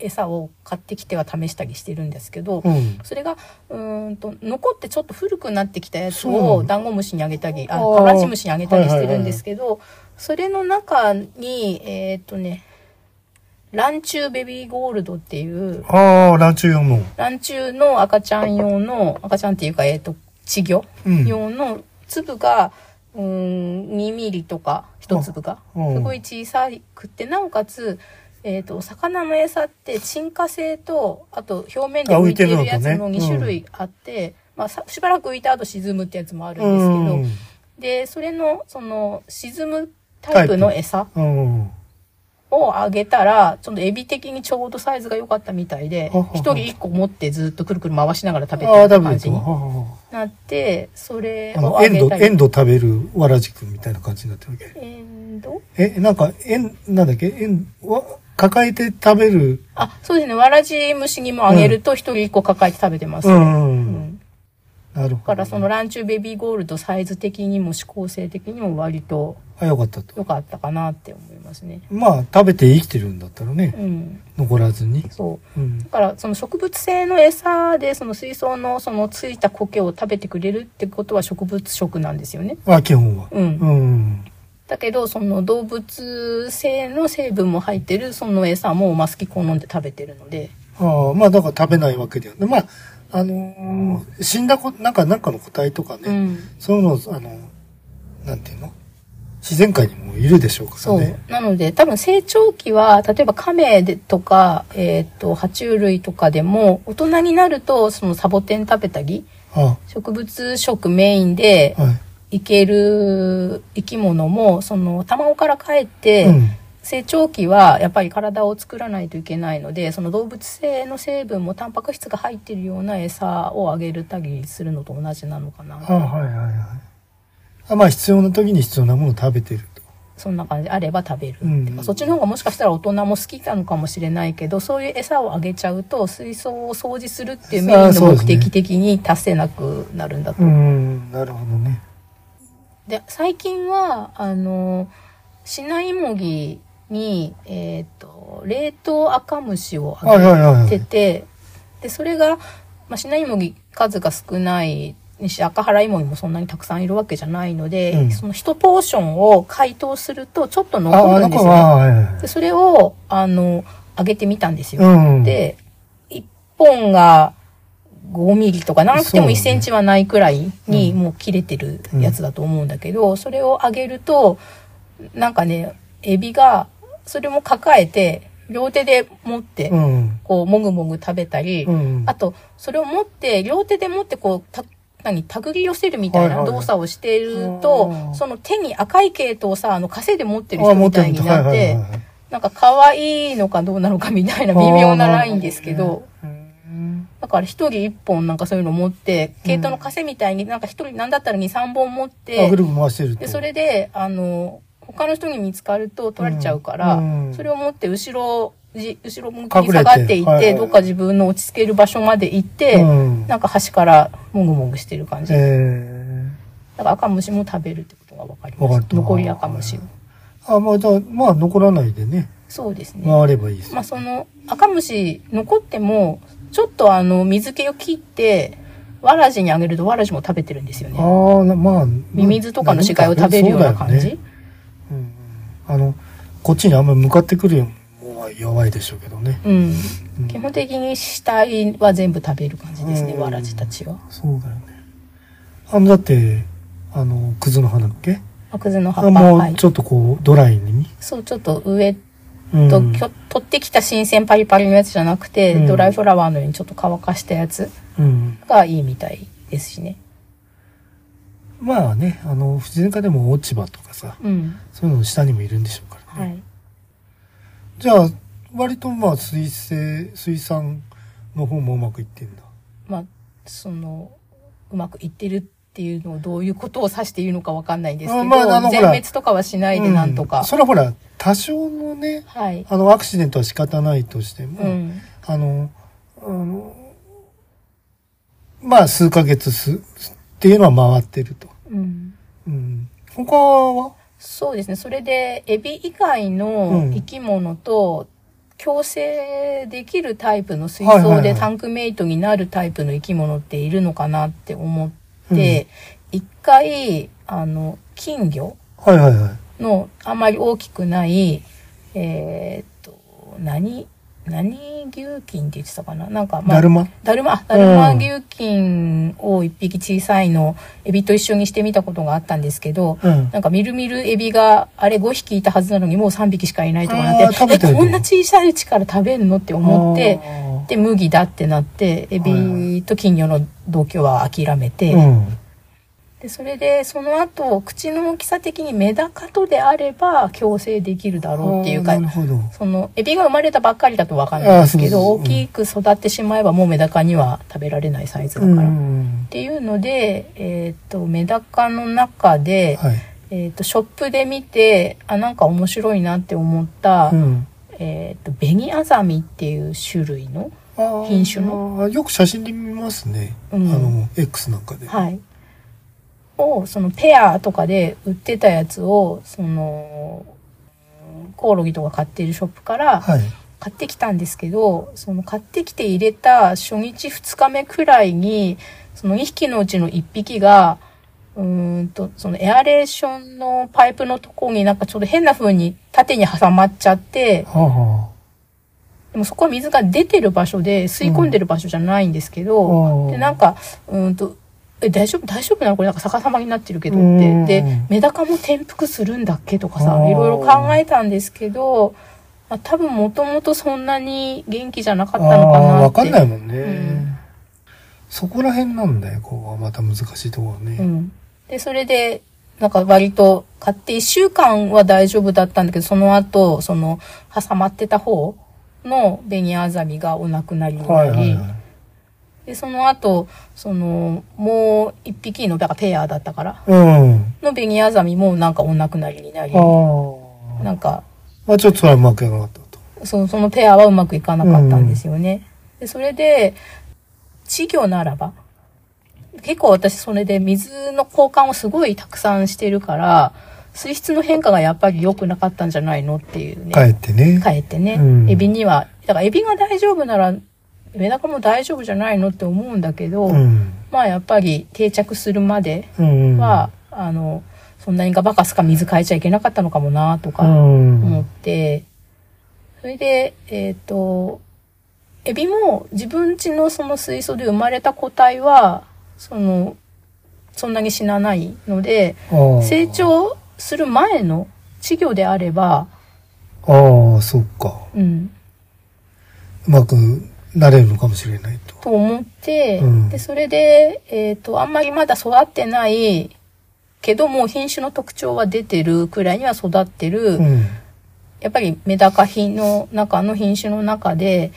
[SPEAKER 2] 餌を買ってきては試したりしてるんですけど、
[SPEAKER 1] うん。
[SPEAKER 2] それがうーんと残ってちょっと古くなってきたやつ
[SPEAKER 1] そうな
[SPEAKER 2] を
[SPEAKER 1] の
[SPEAKER 2] ダンゴムシにあげたりあ
[SPEAKER 1] あ
[SPEAKER 2] カ
[SPEAKER 1] ー
[SPEAKER 2] ラジムシにあげたりしてるんですけど、それの中にえっ、とねランチューベビーゴールドっていう
[SPEAKER 1] ああ、ランチュ用の。
[SPEAKER 2] 卵中の赤ちゃん用の、赤ちゃんっていうか、えっ、と、稚魚
[SPEAKER 1] うん。
[SPEAKER 2] 用の粒が、うーん、2ミリとか、1粒が、す
[SPEAKER 1] うん
[SPEAKER 2] ごい小さくって、なおかつ、えっ、と、お魚の餌って、沈下性と、あと、表面で浮いてるや
[SPEAKER 1] あ
[SPEAKER 2] つ
[SPEAKER 1] 浮いてるの
[SPEAKER 2] の
[SPEAKER 1] とね
[SPEAKER 2] 2種類あって、まあ、さしばらく浮いた後沈むってやつもある
[SPEAKER 1] うん
[SPEAKER 2] ですけど、
[SPEAKER 1] ん。
[SPEAKER 2] で、それの、その、沈むタイプの餌
[SPEAKER 1] うんうん。
[SPEAKER 2] をあげたら、ちょっとエビ的にちょうどサイズが良かったみたいで
[SPEAKER 1] ははは、
[SPEAKER 2] 一人一個持ってずっとくるくる回しながら食べて
[SPEAKER 1] ああ、
[SPEAKER 2] る
[SPEAKER 1] ダメで
[SPEAKER 2] 感
[SPEAKER 1] す
[SPEAKER 2] じ
[SPEAKER 1] よ。
[SPEAKER 2] に
[SPEAKER 1] ははは
[SPEAKER 2] なって、それ
[SPEAKER 1] あ
[SPEAKER 2] を
[SPEAKER 1] の、
[SPEAKER 2] あ
[SPEAKER 1] エン
[SPEAKER 2] げ
[SPEAKER 1] ド、
[SPEAKER 2] た
[SPEAKER 1] エン
[SPEAKER 2] り。
[SPEAKER 1] ド食べるわらじくんみたいな感じになってるわけ。
[SPEAKER 2] エンド
[SPEAKER 1] え、なんか、えん、なんだっけ、えん、わ、抱えて食べる。
[SPEAKER 2] あ、そうですね。わらじ虫にもあげると一人一個抱えて食べてます。
[SPEAKER 1] う
[SPEAKER 2] うん
[SPEAKER 1] ん、うんうん。
[SPEAKER 2] だ
[SPEAKER 1] なるほど。
[SPEAKER 2] からそのランチューベビーゴールドサイズ的にも指向性的にも割と
[SPEAKER 1] あ、よかったと。
[SPEAKER 2] 良かったかなって思いますね。
[SPEAKER 1] まあ、食べて生きてるんだったらね
[SPEAKER 2] う、ん。
[SPEAKER 1] 残らずに。
[SPEAKER 2] そう。
[SPEAKER 1] うん
[SPEAKER 2] だ。からその植物性の餌でその水槽のそのついた苔を食べてくれるってことは植物食なんですよね。
[SPEAKER 1] まあ、基本は。
[SPEAKER 2] うん。
[SPEAKER 1] うん。
[SPEAKER 2] だけどその動物性の成分も入ってるその餌もまあ好き好んで食べてるので。
[SPEAKER 1] ああ、まあ、だから食べないわけではない。まあ、あのー死んだこ、なんか、なんかの個体とかね、
[SPEAKER 2] うん。
[SPEAKER 1] そういうのを、あの、なんていうの自然界にもいるでしょうから
[SPEAKER 2] そう。
[SPEAKER 1] ね。
[SPEAKER 2] なので多分成長期は例えばカメでとか、えー、と爬虫類とかでも大人になるとそのサボテン食べたり
[SPEAKER 1] あ
[SPEAKER 2] 植物食メインで
[SPEAKER 1] あ、はい。
[SPEAKER 2] いける生き物もその卵からかえって、
[SPEAKER 1] うん。
[SPEAKER 2] 成長期はやっぱり体を作らないといけないのでその動物性の成分もタンパク質が入ってるような餌をあげるたりするのと同じなのかな、
[SPEAKER 1] ああはいはいはい。あまあ、必要な時に必要なものを食べてると。
[SPEAKER 2] そんな感じあれば食べる、
[SPEAKER 1] うん
[SPEAKER 2] てかそっちの方がもしかしたら大人も好きなのかもしれないけどそういう餌をあげちゃうと水槽を掃除するっていうメ
[SPEAKER 1] あ
[SPEAKER 2] イ
[SPEAKER 1] ー
[SPEAKER 2] ン
[SPEAKER 1] そう
[SPEAKER 2] の
[SPEAKER 1] で
[SPEAKER 2] 目
[SPEAKER 1] すね
[SPEAKER 2] 的的に達せなくなるんだと
[SPEAKER 1] うん、なるほどね。
[SPEAKER 2] で最近はあのシナイモギに、えー、と冷凍赤虫をあげ
[SPEAKER 1] はいはいはいは
[SPEAKER 2] て
[SPEAKER 1] い。
[SPEAKER 2] て、で、それが、まあ、シナイモギ数が少ないし、赤原イモギもそんなにたくさんいるわけじゃないので、
[SPEAKER 1] うん
[SPEAKER 2] その一ポーションを解凍するとちょっと
[SPEAKER 1] ああ、
[SPEAKER 2] 残る
[SPEAKER 1] なんん
[SPEAKER 2] で
[SPEAKER 1] か、
[SPEAKER 2] すよ。
[SPEAKER 1] はいはいはい
[SPEAKER 2] で、それを、あの、揚げてみたんですよ。
[SPEAKER 1] うん。
[SPEAKER 2] で、一本が5ミリとか、なくて
[SPEAKER 1] そう
[SPEAKER 2] も1
[SPEAKER 1] ね
[SPEAKER 2] センチはないくらいに
[SPEAKER 1] うん
[SPEAKER 2] もう切れてるやつだと思うんだけど、それを揚げると、なんかね、エビが、それも抱えて、両手で持って、
[SPEAKER 1] うん。
[SPEAKER 2] こう、もぐもぐ食べたり、
[SPEAKER 1] うん。
[SPEAKER 2] あと、それを持って、両手で持って、こう、た、何、手繰り寄せるみたい
[SPEAKER 1] はい
[SPEAKER 2] な
[SPEAKER 1] はい
[SPEAKER 2] 動作をしている
[SPEAKER 1] う
[SPEAKER 2] と、
[SPEAKER 1] ん
[SPEAKER 2] その手に赤い系統をさ、あの、稼いで持ってる
[SPEAKER 1] あ
[SPEAKER 2] 人
[SPEAKER 1] あ持っ
[SPEAKER 2] み
[SPEAKER 1] て
[SPEAKER 2] た
[SPEAKER 1] る
[SPEAKER 2] い
[SPEAKER 1] んだ
[SPEAKER 2] になっ
[SPEAKER 1] はいはい
[SPEAKER 2] て
[SPEAKER 1] はいはい、
[SPEAKER 2] なんか可愛いのかどうなのかみたいな微妙なラインですけど、
[SPEAKER 1] ああ。うん
[SPEAKER 2] だから一人一本なんかそういうの持って、系統の稼みたいになんか一人なんだったら二三本持っ
[SPEAKER 1] あ
[SPEAKER 2] て
[SPEAKER 1] ぐ、るぐる回してると。
[SPEAKER 2] で、それで、あの、他の人に見つかると取られちゃうから、
[SPEAKER 1] うんうん
[SPEAKER 2] それを持って後ろ、じ後ろ向き
[SPEAKER 1] 隠れ
[SPEAKER 2] に
[SPEAKER 1] て
[SPEAKER 2] 下がっていって、
[SPEAKER 1] はいはいはい
[SPEAKER 2] どっか自分の落ち着ける場所まで行って、
[SPEAKER 1] うん。
[SPEAKER 2] なんか端からもぐもぐしてる感じ。だ
[SPEAKER 1] え
[SPEAKER 2] から赤虫も食べるってことが分かり
[SPEAKER 1] わか
[SPEAKER 2] ま
[SPEAKER 1] っ
[SPEAKER 2] したた。残り赤虫を。
[SPEAKER 1] えあ、まあ、じゃあ、まあ、残らないでね、
[SPEAKER 2] そうですね。
[SPEAKER 1] 回ればいいです。
[SPEAKER 2] まあその赤虫残っても、ちょっとあの水気を切って、わらじにあげるとわらじも食べてるんですよね。
[SPEAKER 1] ああ、なまあ。
[SPEAKER 2] ミミズとかの死骸を食べるような感
[SPEAKER 1] そだよ
[SPEAKER 2] じ
[SPEAKER 1] ね。うんうんあの、こっちにあんまり向かってくるようも弱いでしょうけどね。
[SPEAKER 2] うん。
[SPEAKER 1] うん
[SPEAKER 2] 基本的に死体は全部食べる感じですね、
[SPEAKER 1] うん
[SPEAKER 2] わらじたちは。
[SPEAKER 1] そうだよね。あの、だって、あの、クズの花だっけ
[SPEAKER 2] あくずの葉
[SPEAKER 1] あ
[SPEAKER 2] っぱ。
[SPEAKER 1] も
[SPEAKER 2] は
[SPEAKER 1] う
[SPEAKER 2] い
[SPEAKER 1] ち。ょっとこう、ドライに。
[SPEAKER 2] そう、ちょっと上
[SPEAKER 1] うん
[SPEAKER 2] と、きょ取ってきた新鮮パリパリのやつじゃなくて、
[SPEAKER 1] うん
[SPEAKER 2] ドライフラワーのようにちょっと乾かしたやつ
[SPEAKER 1] うん。
[SPEAKER 2] がいいみたいですしね。
[SPEAKER 1] まあね、あの、婦人科でも落ち葉とかさ、
[SPEAKER 2] うん。
[SPEAKER 1] そういうのの下にもいるんでしょうからね。
[SPEAKER 2] はい。
[SPEAKER 1] じゃあ、割とまあ、水生、水産の方もうまくいってんだ。
[SPEAKER 2] まあ、その、うまくいってるっていうのをどういうことを指しているのかわかんないですけ
[SPEAKER 1] あ
[SPEAKER 2] ど、
[SPEAKER 1] まああのほら
[SPEAKER 2] 全滅とかはしないでなんと
[SPEAKER 1] う
[SPEAKER 2] か。
[SPEAKER 1] それはほら、多少のね、
[SPEAKER 2] はい。
[SPEAKER 1] あの、アクシデントは仕方ないとしても、
[SPEAKER 2] うん。
[SPEAKER 1] あの、あの、まあ、数ヶ月す、っていうのは回ってると。
[SPEAKER 2] うん。
[SPEAKER 1] うん。他は
[SPEAKER 2] そうですね。それで、エビ以外
[SPEAKER 1] う
[SPEAKER 2] の
[SPEAKER 1] ん
[SPEAKER 2] 生き物と、共生できるタイプの水
[SPEAKER 1] はいはいは
[SPEAKER 2] 槽
[SPEAKER 1] い
[SPEAKER 2] でタンクメイトになるタイプの生き物っているのかなって思って、一、回、あの、金魚
[SPEAKER 1] はいはいはい。
[SPEAKER 2] のあまり大きくない、えーっと、何、何牛菌って言ってたかななんか、
[SPEAKER 1] だるま
[SPEAKER 2] だるま、あだるま牛菌を一匹小さいの、エビと一緒にしてみたことがあったんですけど、
[SPEAKER 1] うん。
[SPEAKER 2] なんかみるみるエビがあれ5匹いたはずなのにもう3匹しかいないとか
[SPEAKER 1] あ
[SPEAKER 2] な
[SPEAKER 1] ー
[SPEAKER 2] って
[SPEAKER 1] 食べてる
[SPEAKER 2] え
[SPEAKER 1] の
[SPEAKER 2] こんな小さいうちから食べんのって思って
[SPEAKER 1] あ
[SPEAKER 2] で麦だってなってエ
[SPEAKER 1] はいは
[SPEAKER 2] ビと金魚の同居は諦めて、
[SPEAKER 1] ーうん。
[SPEAKER 2] でそれでその後口の大きさ的にメダカとであれば矯正できるだろうっていうか
[SPEAKER 1] あーなるほど。
[SPEAKER 2] そのエビが生まれたばっかりだと分かんないんですけ
[SPEAKER 1] あー
[SPEAKER 2] ど
[SPEAKER 1] そうそう
[SPEAKER 2] 大きく育ってしまえばもうメダカには食べられないサイズだ
[SPEAKER 1] う
[SPEAKER 2] から。っ
[SPEAKER 1] ん。
[SPEAKER 2] ていうので、えーっとメダカの中で、
[SPEAKER 1] はい。
[SPEAKER 2] えーっとショップで見てあなんか面白いなって思った、
[SPEAKER 1] うん。
[SPEAKER 2] えーっとベニアザミっていう種類の、
[SPEAKER 1] あー
[SPEAKER 2] 品種の
[SPEAKER 1] あーよく写真で見ますね。
[SPEAKER 2] うん
[SPEAKER 1] あの、X なんかで。
[SPEAKER 2] はい、をそのペアとかで売ってたやつをそのコオロギとか買ってるショップから
[SPEAKER 1] はい。
[SPEAKER 2] 買ってきたんですけどその買ってきて入れた初日2日目くらいにその2匹のうちの1匹がうーんとそのエアレーションのパイプのとこになんかちょっと変な風に縦に挟まっちゃって
[SPEAKER 1] はあは
[SPEAKER 2] でもそこは水が出てる場所で吸い込んでる場所じゃないんですけど、
[SPEAKER 1] うん
[SPEAKER 2] でなんかうーんと「え大丈夫大丈夫なのこれなんか逆さまになってるけど」
[SPEAKER 1] う
[SPEAKER 2] って
[SPEAKER 1] ん
[SPEAKER 2] でメダカも転覆するんだっけとかさ
[SPEAKER 1] あー
[SPEAKER 2] いろいろ考えたんですけど、まあ、多分もともとそんなに元気じゃなか
[SPEAKER 1] あ。
[SPEAKER 2] ったのか
[SPEAKER 1] あー
[SPEAKER 2] な
[SPEAKER 1] わ
[SPEAKER 2] って
[SPEAKER 1] かんないもんね。
[SPEAKER 2] うん
[SPEAKER 1] そこら辺なんだよ、ここはまた難しいところは
[SPEAKER 2] う
[SPEAKER 1] ね。
[SPEAKER 2] ん、でそれでなんか割と買って1週間は大丈夫だったんだけどその後その挟まってた方のベニアザミがお亡くなりになり。
[SPEAKER 1] はいはいはい。
[SPEAKER 2] で、その後、その、もう一匹の、だからペアだったから、
[SPEAKER 1] うん。
[SPEAKER 2] のベニアザミもなんかお亡くなりになり、
[SPEAKER 1] ああ。
[SPEAKER 2] なんか、
[SPEAKER 1] まあちょっとそれはうまくいかなかったと。
[SPEAKER 2] その、そのペアはうまくいかなかったんですよね。で、それで、稚魚ならば、結構私それで水の交換をすごいたくさんしてるから、水質の変化がやっぱり良くなかったんじゃないのっていうね。
[SPEAKER 1] 帰ってね。
[SPEAKER 2] かえってね、
[SPEAKER 1] うん
[SPEAKER 2] エビには、だからエビが大丈夫なら、メダカも大丈夫じゃないのって思うんだけど、
[SPEAKER 1] うん。
[SPEAKER 2] まあやっぱり定着するまで
[SPEAKER 1] うん。
[SPEAKER 2] は、あのそんなにガバカスか水変えちゃいけなかったのかもなと
[SPEAKER 1] う
[SPEAKER 2] か
[SPEAKER 1] ん。
[SPEAKER 2] 思って、それでえっ、とエビも自分家のその水槽で生まれた個体はそのそんなに死なないので
[SPEAKER 1] ああ
[SPEAKER 2] 成。長する前の稚魚であれば、
[SPEAKER 1] ああ、そっか。
[SPEAKER 2] うん、
[SPEAKER 1] うまくなれるのかもしれないと。
[SPEAKER 2] と思って、
[SPEAKER 1] うん
[SPEAKER 2] でそれで、えっとあんまりまだ育ってないけどもう品種の特徴は出てるくらいには育ってる、
[SPEAKER 1] うん。
[SPEAKER 2] やっぱりメダカ品の中の品種の中で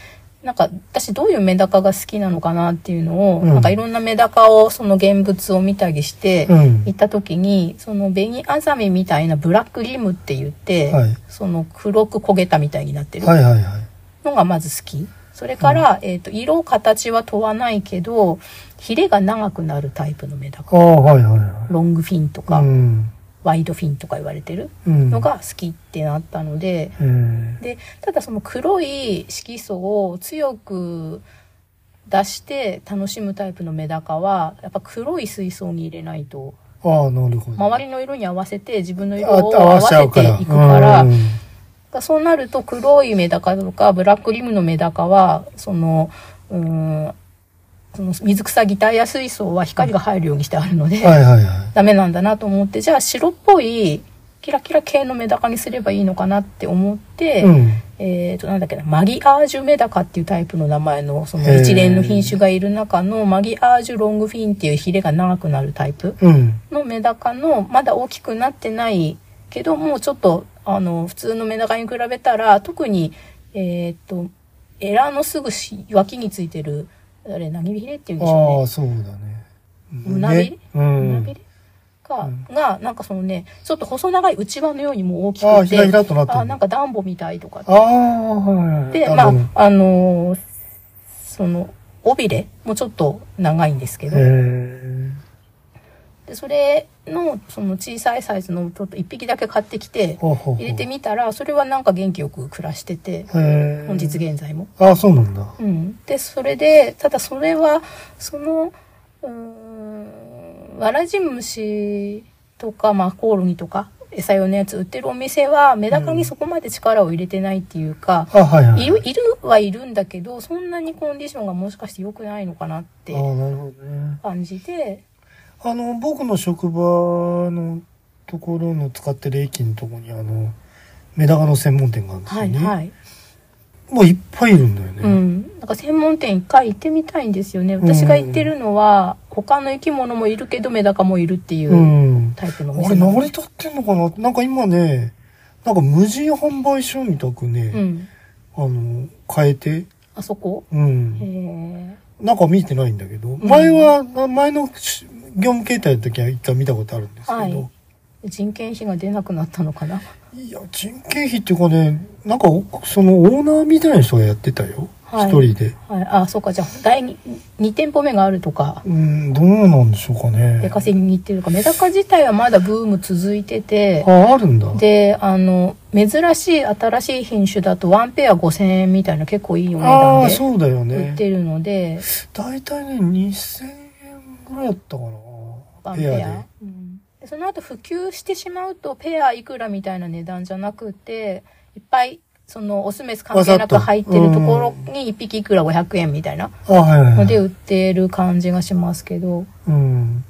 [SPEAKER 2] なんか私どういうメダカが好きなのかなっていうのを、
[SPEAKER 1] うん
[SPEAKER 2] なんかいろんなメダカをその現物を見たりして
[SPEAKER 1] うん
[SPEAKER 2] 行。った時にそのベニアザミみたいなブラックリムって言って、
[SPEAKER 1] はい
[SPEAKER 2] その黒く焦げたみたいになってる
[SPEAKER 1] はいはいはい。
[SPEAKER 2] のがまず好き。それから、えっ、と、色、形は問わないけど、ヒレが長くなるタイプのメダカ。
[SPEAKER 1] ああ、はいはいは
[SPEAKER 2] ロングフィンとか、
[SPEAKER 1] い。うん。
[SPEAKER 2] ワイドフィンとか言われてる
[SPEAKER 1] うん。
[SPEAKER 2] のが好きってなったので、
[SPEAKER 1] うん。
[SPEAKER 2] で、ただその黒い色素を強く出して楽しむタイプのメダカは、やっぱ黒い水槽に入れないと、
[SPEAKER 1] ああ、なるほど。
[SPEAKER 2] 周りの色に合わせて自分の色
[SPEAKER 1] あ
[SPEAKER 2] を合わせていくから、
[SPEAKER 1] うん
[SPEAKER 2] がそうなると黒いメダカとかブラックリムのメダカはそのうーんその水草擬態や水槽は光が入るようにしてあるので、
[SPEAKER 1] はいはいは
[SPEAKER 2] ダメなんだなと思ってじゃあ白っぽいキラキラ系のメダカにすればいいのかなって思って、
[SPEAKER 1] い。うん。
[SPEAKER 2] えー、となんだっけなマギアージュメダカっていうタイプの名前のその
[SPEAKER 1] へー
[SPEAKER 2] 一連の品種がいる中のマギアージュロングフィンっていうヒレが長くなるタイプ
[SPEAKER 1] うん。
[SPEAKER 2] のメダカのまだ大きくなってないけどもうちょっとあの普通のメダカに比べたら特にえーっとエラのすぐし脇についてるあれ何びれっていうんでし
[SPEAKER 1] あ
[SPEAKER 2] ょ
[SPEAKER 1] あ、そうだね。
[SPEAKER 2] 胸びれ
[SPEAKER 1] う
[SPEAKER 2] うね胸
[SPEAKER 1] ん
[SPEAKER 2] び。れか、
[SPEAKER 1] うん
[SPEAKER 2] がなんかそのねちょっと細長い内輪のようにもう大きくて
[SPEAKER 1] ああ、ひらひらっとなって
[SPEAKER 2] あ
[SPEAKER 1] る。
[SPEAKER 2] ーなんか暖房みたいとか
[SPEAKER 1] ああ、はいはい。
[SPEAKER 2] で
[SPEAKER 1] なる
[SPEAKER 2] ま
[SPEAKER 1] ほど
[SPEAKER 2] ああのーその尾びれもちょっと長いんですけど、
[SPEAKER 1] へ
[SPEAKER 2] でそれのその小さいサイズのちょっと1匹だけ買ってきて
[SPEAKER 1] え。ほうほうほう
[SPEAKER 2] 入れてみたらそれはなんか元気よく暮らしてて
[SPEAKER 1] へえ。
[SPEAKER 2] 本日現在も。
[SPEAKER 1] ああ、そうなんだ。
[SPEAKER 2] うん、でそれでただそれはそのうーんわらじ虫とか、まあ、コオロギとか餌用のやつ売ってるお店はメダカにそこまで力を入れてないっていうか、
[SPEAKER 1] あはいはい。
[SPEAKER 2] いるいるはいるんだけどそんなにコンディションがもしかして良くないのかなっ
[SPEAKER 1] あ
[SPEAKER 2] て
[SPEAKER 1] あ、なるほどね。
[SPEAKER 2] 感じで、
[SPEAKER 1] あの、僕の職場のところの使ってる駅のところに、あの、メダカの専門店があるんですよ
[SPEAKER 2] は
[SPEAKER 1] ね。
[SPEAKER 2] いはい。
[SPEAKER 1] もういっぱいいるんだよ
[SPEAKER 2] う
[SPEAKER 1] ね。。
[SPEAKER 2] ん、なんか専門店一回行ってみたいんですよね私が行ってるのは、他の生き物もいるけどメダカもいるっていううんタイプのお
[SPEAKER 1] あれ、
[SPEAKER 2] 店な
[SPEAKER 1] 成
[SPEAKER 2] ん
[SPEAKER 1] り
[SPEAKER 2] です
[SPEAKER 1] 立ってんのかななんか今ね、なんか無人販売所みたく
[SPEAKER 2] う
[SPEAKER 1] ね、
[SPEAKER 2] ん
[SPEAKER 1] あの、変えて、
[SPEAKER 2] あそこ
[SPEAKER 1] う
[SPEAKER 2] へ
[SPEAKER 1] ん。
[SPEAKER 2] え
[SPEAKER 1] なんか見てないんだけど、
[SPEAKER 2] ん
[SPEAKER 1] 前は、前のし業務形態の時は一回見たことあるんですけど、
[SPEAKER 2] はい人件費が出なくなったのかない
[SPEAKER 1] や、人件費っていうかね、なんかお、そのオーナーみたいな人がやってたよ。一、
[SPEAKER 2] は
[SPEAKER 1] 人
[SPEAKER 2] い
[SPEAKER 1] で。
[SPEAKER 2] はい、あ、そうか、じゃあ、第2、二店舗目があるとか、
[SPEAKER 1] うん、どうなんでしょうか
[SPEAKER 2] 出
[SPEAKER 1] ね。
[SPEAKER 2] 稼ぎに行ってるとか、メダカ自体はまだブーム続いてて、
[SPEAKER 1] あ、あるんだ。
[SPEAKER 2] で、あの、珍しい新しい品種だと、ワンペア5000円みたいな結構いいお値
[SPEAKER 1] ああ、
[SPEAKER 2] 段
[SPEAKER 1] そうだよ
[SPEAKER 2] で売
[SPEAKER 1] ね
[SPEAKER 2] っ。てるので、
[SPEAKER 1] 大体ね、2000円ぐらいだったか
[SPEAKER 2] ワ
[SPEAKER 1] な。
[SPEAKER 2] ン
[SPEAKER 1] ペア
[SPEAKER 2] ペ
[SPEAKER 1] で。
[SPEAKER 2] ア。うんでその後普及してしまうと、ペアいくらみたいな値段じゃなくて、いっぱい、その、オスメス関係なく入ってるところに1匹いくら500円みたいな
[SPEAKER 1] あはいはい、は
[SPEAKER 2] の
[SPEAKER 1] い。
[SPEAKER 2] で売ってる感じがしますけど、
[SPEAKER 1] うん。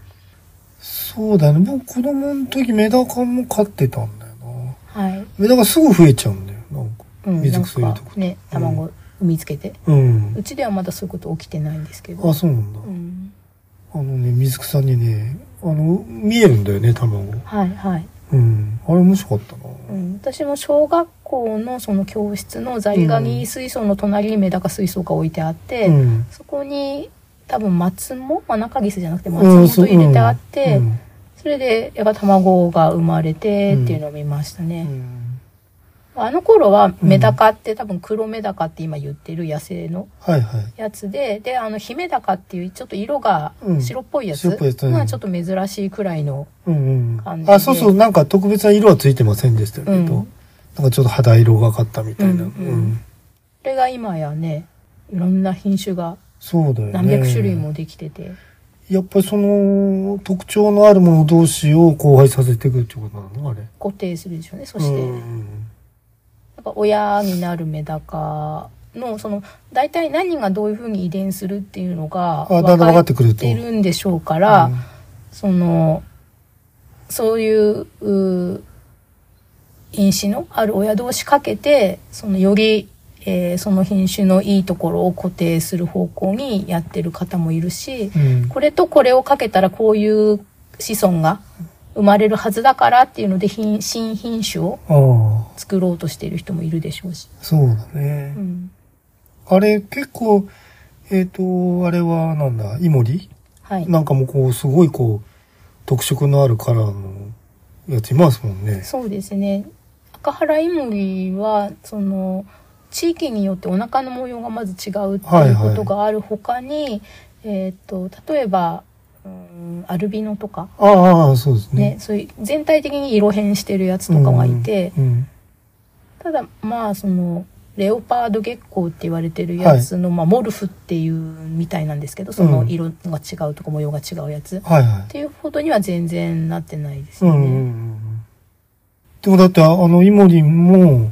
[SPEAKER 1] そうだね。僕、子供の時メダカも飼ってたんだよな。
[SPEAKER 2] はい。
[SPEAKER 1] メダカすぐ増えちゃうんだよ。なんか。
[SPEAKER 2] うん、
[SPEAKER 1] 水
[SPEAKER 2] なん
[SPEAKER 1] くそ入れと
[SPEAKER 2] か
[SPEAKER 1] くと
[SPEAKER 2] ね卵産みつけて、
[SPEAKER 1] うん
[SPEAKER 2] う。ちではまだそういうこと起きてないんですけど
[SPEAKER 1] あ、そうなんだ。
[SPEAKER 2] うん
[SPEAKER 1] あのね、水草にね、あの、見えるんだよね、卵。
[SPEAKER 2] はいはい、
[SPEAKER 1] うん。あれ面白かったな。
[SPEAKER 2] うん、私も小学校のその教室のザリガニ水槽の隣にメダカ水槽が置いてあって、
[SPEAKER 1] うん。
[SPEAKER 2] そこに多分松も、まあ、中ギスじゃなくて
[SPEAKER 1] う
[SPEAKER 2] 松
[SPEAKER 1] んそ
[SPEAKER 2] 本
[SPEAKER 1] う
[SPEAKER 2] 入れてあって、
[SPEAKER 1] うん
[SPEAKER 2] それでやっぱ卵が生まれてっていうのを見ました
[SPEAKER 1] う
[SPEAKER 2] ね、
[SPEAKER 1] ん
[SPEAKER 2] あの頃はメダカって多分黒メダカって今言ってる野生の
[SPEAKER 1] はいはい。
[SPEAKER 2] やつで、で、あの、ヒメダカっていう、ちょっと色が
[SPEAKER 1] うん
[SPEAKER 2] 白っぽいやつ。
[SPEAKER 1] 白っぽいやつうん
[SPEAKER 2] まあ、ちょっと珍しいくらいの。
[SPEAKER 1] うんう
[SPEAKER 2] 感じ
[SPEAKER 1] ん。
[SPEAKER 2] で
[SPEAKER 1] あ、そうそう、なんか特別な色はついてませんでしたけど、
[SPEAKER 2] うん
[SPEAKER 1] なんかちょっと肌色がかったみたいな。
[SPEAKER 2] う
[SPEAKER 1] うんん、
[SPEAKER 2] うんこれが今やね、いろんな品種が
[SPEAKER 1] そうだよね。
[SPEAKER 2] 何百種類もできてて。
[SPEAKER 1] やっぱりその特徴のあるもの同士を交配させていくってことなのあれ。
[SPEAKER 2] 固定するでしょうね。そして、
[SPEAKER 1] うん
[SPEAKER 2] やっぱ親になるメダカの、その、大体何がどういうふうに遺伝するっていうのが、
[SPEAKER 1] あだんだん分かってくると
[SPEAKER 2] 分かってるんでしょうから、
[SPEAKER 1] うん
[SPEAKER 2] その、そういう、うー因子のある親同士かけて、そのより、えーその品種のいいところを固定する方向にやってる方もいるし、
[SPEAKER 1] うん
[SPEAKER 2] これとこれをかけたらこういう子孫が生まれるはずだからっていうので品新品種を
[SPEAKER 1] ああ、
[SPEAKER 2] 作ろうとしている人もいるでしょうし。
[SPEAKER 1] そうだね。
[SPEAKER 2] うん。
[SPEAKER 1] あれ結構、えっ、と、あれはなんだ、イモリ
[SPEAKER 2] はい。
[SPEAKER 1] なんかもこう、すごいこう、特色のあるカラーのやついますもんね。
[SPEAKER 2] そうですね。赤原イモリは、その、地域によってお腹の模様がまず違うって
[SPEAKER 1] はいいうはい
[SPEAKER 2] ことがあるほかに、えーっと、例えば、うん、アルビノとか、
[SPEAKER 1] ああああ、そうです
[SPEAKER 2] ね、
[SPEAKER 1] ね。
[SPEAKER 2] そういう全体的に色変してるやつとかがいて、
[SPEAKER 1] うんうん
[SPEAKER 2] ただ、まあ、その、レオパード月光って言われてるやつの、まあ、モルフっていうみたいなんですけど、その色が違うとか模様が違うやつ。っ
[SPEAKER 1] はいはい。
[SPEAKER 2] ていうほどには全然なってないです
[SPEAKER 1] う
[SPEAKER 2] よ
[SPEAKER 1] ん
[SPEAKER 2] ね。
[SPEAKER 1] うんうん。でもだって、あの、イモリも、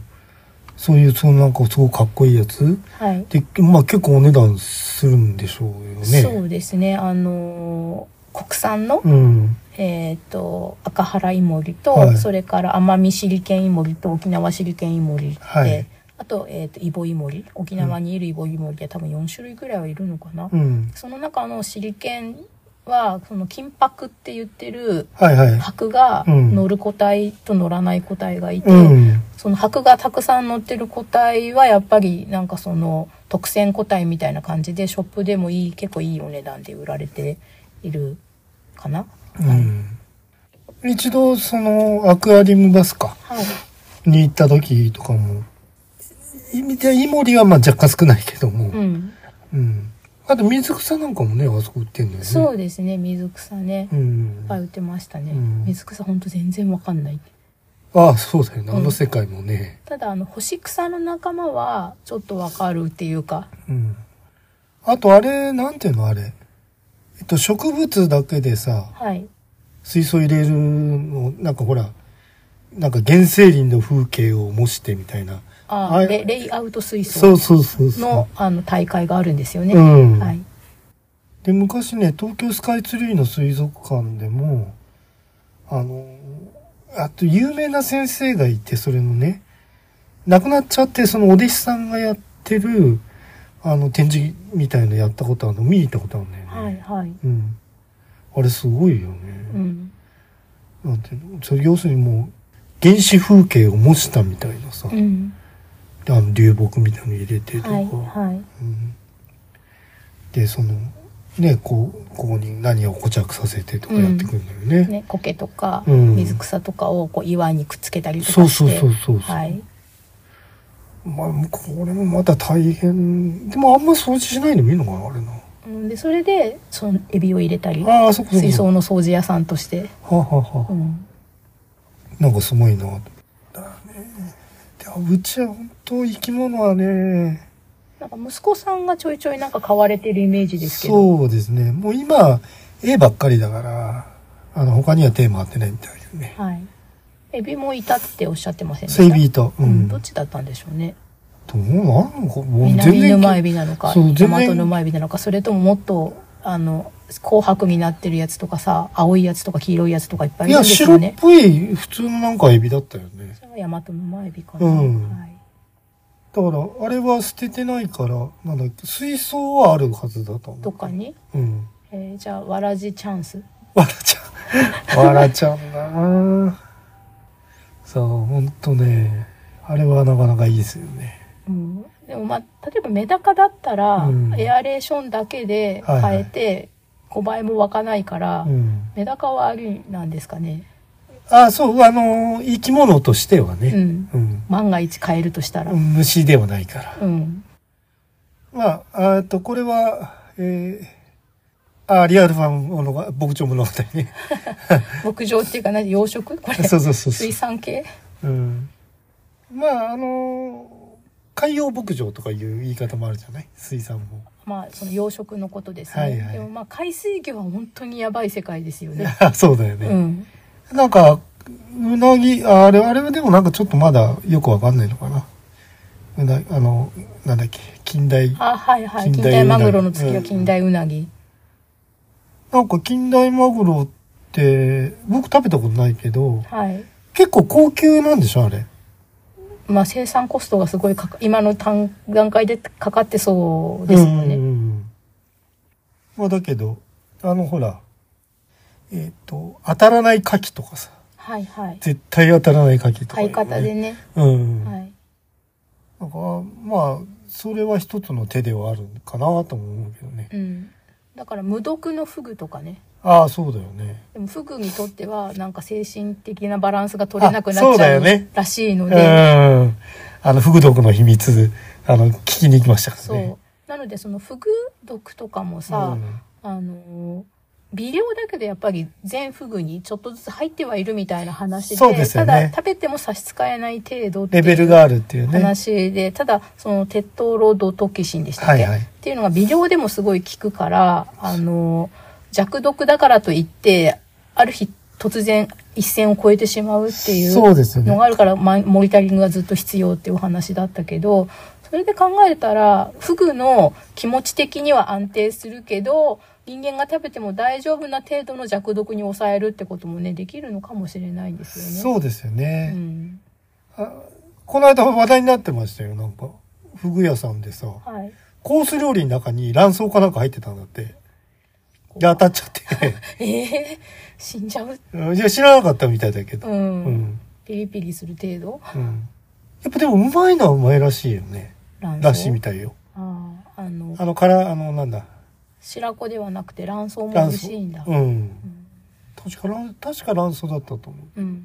[SPEAKER 1] そういう、そのなんかすごいかっこいいやつ
[SPEAKER 2] はい。
[SPEAKER 1] で、まあ結構お値段するんでしょうよね。
[SPEAKER 2] そうですね。あのー国産の、
[SPEAKER 1] うん。
[SPEAKER 2] えっ、と、赤原イモリと、
[SPEAKER 1] はい
[SPEAKER 2] それから奄美シリケンイモリと沖縄シリケンイモリで、
[SPEAKER 1] はい
[SPEAKER 2] あと、えっ、と、イボイモリ、沖縄にいるイボイモリで多分4種類くらいはいるのかな。
[SPEAKER 1] うん。
[SPEAKER 2] その中のシリケンは、その金箔って言ってる
[SPEAKER 1] はいはい。
[SPEAKER 2] 箔が
[SPEAKER 1] うん
[SPEAKER 2] 乗る個体と乗らない個体がいて、
[SPEAKER 1] うん。
[SPEAKER 2] その箔がたくさん乗ってる個体はやっぱりなんかその特選個体みたいな感じでショップでもいい結構いいお値段で売られているかな。
[SPEAKER 1] うん。一度、その、アクアリウムバスか、
[SPEAKER 2] はい。
[SPEAKER 1] に行った時とかも、いじゃあイモリはまあ若干少ないけども、
[SPEAKER 2] うん。
[SPEAKER 1] うん。あと水草なんかもね、あそこ売ってんだよね。
[SPEAKER 2] そうですね、水草ね。
[SPEAKER 1] う
[SPEAKER 2] いっ
[SPEAKER 1] ん。
[SPEAKER 2] ぱい売ってましたね。
[SPEAKER 1] うん
[SPEAKER 2] 水草ほんと全然わかんない。
[SPEAKER 1] ああ、そうだよね。
[SPEAKER 2] うん
[SPEAKER 1] あの世界もね。
[SPEAKER 2] ただあの、干し草の仲間はちょっとわかるっていうか。
[SPEAKER 1] うん。あと、あれ、なんていうのあれ。えっと、植物だけでさ、
[SPEAKER 2] はい。
[SPEAKER 1] 水槽入れるの、なんかほら、なんか原生林の風景を模してみたいな。
[SPEAKER 2] あ
[SPEAKER 1] あ
[SPEAKER 2] レレイアウト水
[SPEAKER 1] そ
[SPEAKER 2] 槽
[SPEAKER 1] うそうそうそう。
[SPEAKER 2] のあの大会があるんですよね。
[SPEAKER 1] うん、
[SPEAKER 2] はい。
[SPEAKER 1] で、昔ね、東京スカイツリーの水族館でも、あの、あと有名な先生がいて、それのね、亡くなっちゃって、そのお弟子さんがやってる、あの、展示みたいのやったことあるの、見に行ったことあるんだよね。
[SPEAKER 2] はいはい。
[SPEAKER 1] うん。あれすごいよね。
[SPEAKER 2] うん。
[SPEAKER 1] なんていうのそれ要するにもう原始風景を模したみたいなさ、
[SPEAKER 2] うん。
[SPEAKER 1] あの流木みたいなの入れてとか、
[SPEAKER 2] はい、はい。
[SPEAKER 1] うん、でそのねこうここに何を固着させてとかやってくるんだよね。
[SPEAKER 2] ね、苔とか
[SPEAKER 1] うん
[SPEAKER 2] 水草とかをこう岩にくっつけたりと
[SPEAKER 1] そう
[SPEAKER 2] かして、
[SPEAKER 1] そうそうそうそう。
[SPEAKER 2] はい、
[SPEAKER 1] まあこれもまた大変でもあんま掃除しないでもいいのかなあれな。
[SPEAKER 2] うんでそれでそのエビを入れたり
[SPEAKER 1] ああそこそこ。
[SPEAKER 2] 水槽の掃除屋さんとして、
[SPEAKER 1] はあ、はあはあ
[SPEAKER 2] うん、
[SPEAKER 1] なんかすごいなと。だよね。でもうちは本当生き物はね
[SPEAKER 2] なんか息子さんがちょいちょいなんか買われてるイメージですけど
[SPEAKER 1] そうですね。もう今、絵ばっかりだから、あの、他にはテーマ合ってないみたいですね。
[SPEAKER 2] はい、エビもいたっておっしゃってませんでした
[SPEAKER 1] セイビーと。う。
[SPEAKER 2] うんん、
[SPEAKER 1] ど
[SPEAKER 2] どっ
[SPEAKER 1] う
[SPEAKER 2] ちだったんでしょうね
[SPEAKER 1] なんのか、もう
[SPEAKER 2] 南沼エビなのか
[SPEAKER 1] そう全然
[SPEAKER 2] 大和沼エビなのかそれとももっとあの紅白になってるやつとかさ青いやつとか黄色いやつとかいっぱい
[SPEAKER 1] い
[SPEAKER 2] いる
[SPEAKER 1] や、
[SPEAKER 2] んです
[SPEAKER 1] 白
[SPEAKER 2] よ
[SPEAKER 1] っ
[SPEAKER 2] ね
[SPEAKER 1] ぽい普通のなんかエビだったよね。
[SPEAKER 2] それは大和沼エビかな、
[SPEAKER 1] うん
[SPEAKER 2] はい
[SPEAKER 1] だから、あれは捨ててないから、なんだっけ、水槽はあるはずだと思う。
[SPEAKER 2] どっかに、
[SPEAKER 1] うん。
[SPEAKER 2] えーじゃあわらじチャンス
[SPEAKER 1] わらちゃん。 わらちゃんだなそう、ほんとね。あれはなかなかいいですよね。
[SPEAKER 2] うんでもまあ例えばメダカだったら、
[SPEAKER 1] うん
[SPEAKER 2] エアレーションだけで
[SPEAKER 1] はいはい
[SPEAKER 2] 変えて5倍も湧かないから、
[SPEAKER 1] うん。
[SPEAKER 2] メダカはありなんですかね、
[SPEAKER 1] あ、そう、あの生き物としては
[SPEAKER 2] う
[SPEAKER 1] ね。
[SPEAKER 2] ん、
[SPEAKER 1] うん
[SPEAKER 2] 万が一変えるとしたら、うん
[SPEAKER 1] 虫ではないから。まあ、あと、これは、えー、あ、リアルファンのが牧場物語 ね。
[SPEAKER 2] 牧場っていうか何養殖これ
[SPEAKER 1] そうそうそうそう
[SPEAKER 2] 水。産系
[SPEAKER 1] うん。まあ、あの海洋牧場とかいう言い方もあるじゃない水産も。
[SPEAKER 2] まあその養殖のことですね、
[SPEAKER 1] はいはい
[SPEAKER 2] でもまあ海水魚は本当にやばい世界ですよね
[SPEAKER 1] そうだよね。
[SPEAKER 2] うん
[SPEAKER 1] なんか、うなぎ、ああれ、あれはでもなんかちょっとまだよくわかんないのかな。うな、あの、なんだっけ、近代。
[SPEAKER 2] あはいはい
[SPEAKER 1] 近
[SPEAKER 2] 近
[SPEAKER 1] 代
[SPEAKER 2] 代
[SPEAKER 1] うなぎ
[SPEAKER 2] マグロの次
[SPEAKER 1] う
[SPEAKER 2] は
[SPEAKER 1] ん
[SPEAKER 2] 近代ウナギ、
[SPEAKER 1] なんか近代マグロって、僕食べたことないけど、
[SPEAKER 2] はい
[SPEAKER 1] 結構高級なんでしょあれ。
[SPEAKER 2] まあ生産コストがすごいかか今の単段階でかかってそうですよね、
[SPEAKER 1] うんうんうんまあだけど、あのほら、えっ、と、当たらない牡蠣とかさ、
[SPEAKER 2] はいはい
[SPEAKER 1] 絶対当たらない牡蠣とか、
[SPEAKER 2] 買い方で。ね、
[SPEAKER 1] うん。
[SPEAKER 2] はい、
[SPEAKER 1] なんか、まあ、それは一つの手ではあるかなとも思うけどね。
[SPEAKER 2] うん、だから無毒のフグとかね
[SPEAKER 1] ああ、そうだよね。
[SPEAKER 2] でもフグにとってはなんか精神的なバランスが取れなくな
[SPEAKER 1] あそ
[SPEAKER 2] っ
[SPEAKER 1] う
[SPEAKER 2] ち
[SPEAKER 1] だ
[SPEAKER 2] ゃ
[SPEAKER 1] よ
[SPEAKER 2] う
[SPEAKER 1] ね
[SPEAKER 2] らしいの
[SPEAKER 1] う
[SPEAKER 2] で、
[SPEAKER 1] ん。あの、フグ毒の秘密、あの、聞きに行きましたから
[SPEAKER 2] そう、
[SPEAKER 1] ね。
[SPEAKER 2] なのでそのフグ毒とかも
[SPEAKER 1] う
[SPEAKER 2] さ、
[SPEAKER 1] ん
[SPEAKER 2] あのー微量だけどやっぱり全フグにちょっとずつ入ってはいるみたいな話で
[SPEAKER 1] そうですよね
[SPEAKER 2] ただ食べても差し支えない程度って
[SPEAKER 1] レベ
[SPEAKER 2] い
[SPEAKER 1] ル
[SPEAKER 2] う
[SPEAKER 1] があるっていうね。
[SPEAKER 2] 話で、ただその鉄糖ロドトキシンでしたっ
[SPEAKER 1] は
[SPEAKER 2] け、
[SPEAKER 1] いはい
[SPEAKER 2] っていうのが微量でもすごい効くからあのー弱毒だからといってある日突然一線を越えてしまうっていう
[SPEAKER 1] そうですよ
[SPEAKER 2] の
[SPEAKER 1] ね
[SPEAKER 2] が。あるから、まモニタリングがずっと必要っていうお話だったけど、それで考えたら、フグの気持ち的には安定するけど、人間が食べても大丈夫な程度の弱毒に抑えるってこともね、できるのかもしれないんですよね。
[SPEAKER 1] そうですよね。
[SPEAKER 2] うん。
[SPEAKER 1] あこの間話題になってましたよ、なんか。フグ屋さんでさ、
[SPEAKER 2] はい。
[SPEAKER 1] コース料理の中に卵巣かなんか入ってたんだって。で、当たっちゃって。
[SPEAKER 2] ええ死んじゃう。
[SPEAKER 1] うんいや、知らなかったみたいだけど。
[SPEAKER 2] う。
[SPEAKER 1] うんん。
[SPEAKER 2] ピリピリする程度。
[SPEAKER 1] うん。やっぱでも、うまいのはうまいらしいよね。
[SPEAKER 2] 卵巣。
[SPEAKER 1] らしいみたいよ。
[SPEAKER 2] ああ、あの
[SPEAKER 1] あ、の、から、あの、なんだ。
[SPEAKER 2] 白子ではなくて卵巣も美
[SPEAKER 1] 卵
[SPEAKER 2] 味
[SPEAKER 1] 巣。
[SPEAKER 2] しいんだ。
[SPEAKER 1] うん。確か卵、確か卵巣だったと思う。
[SPEAKER 2] うん。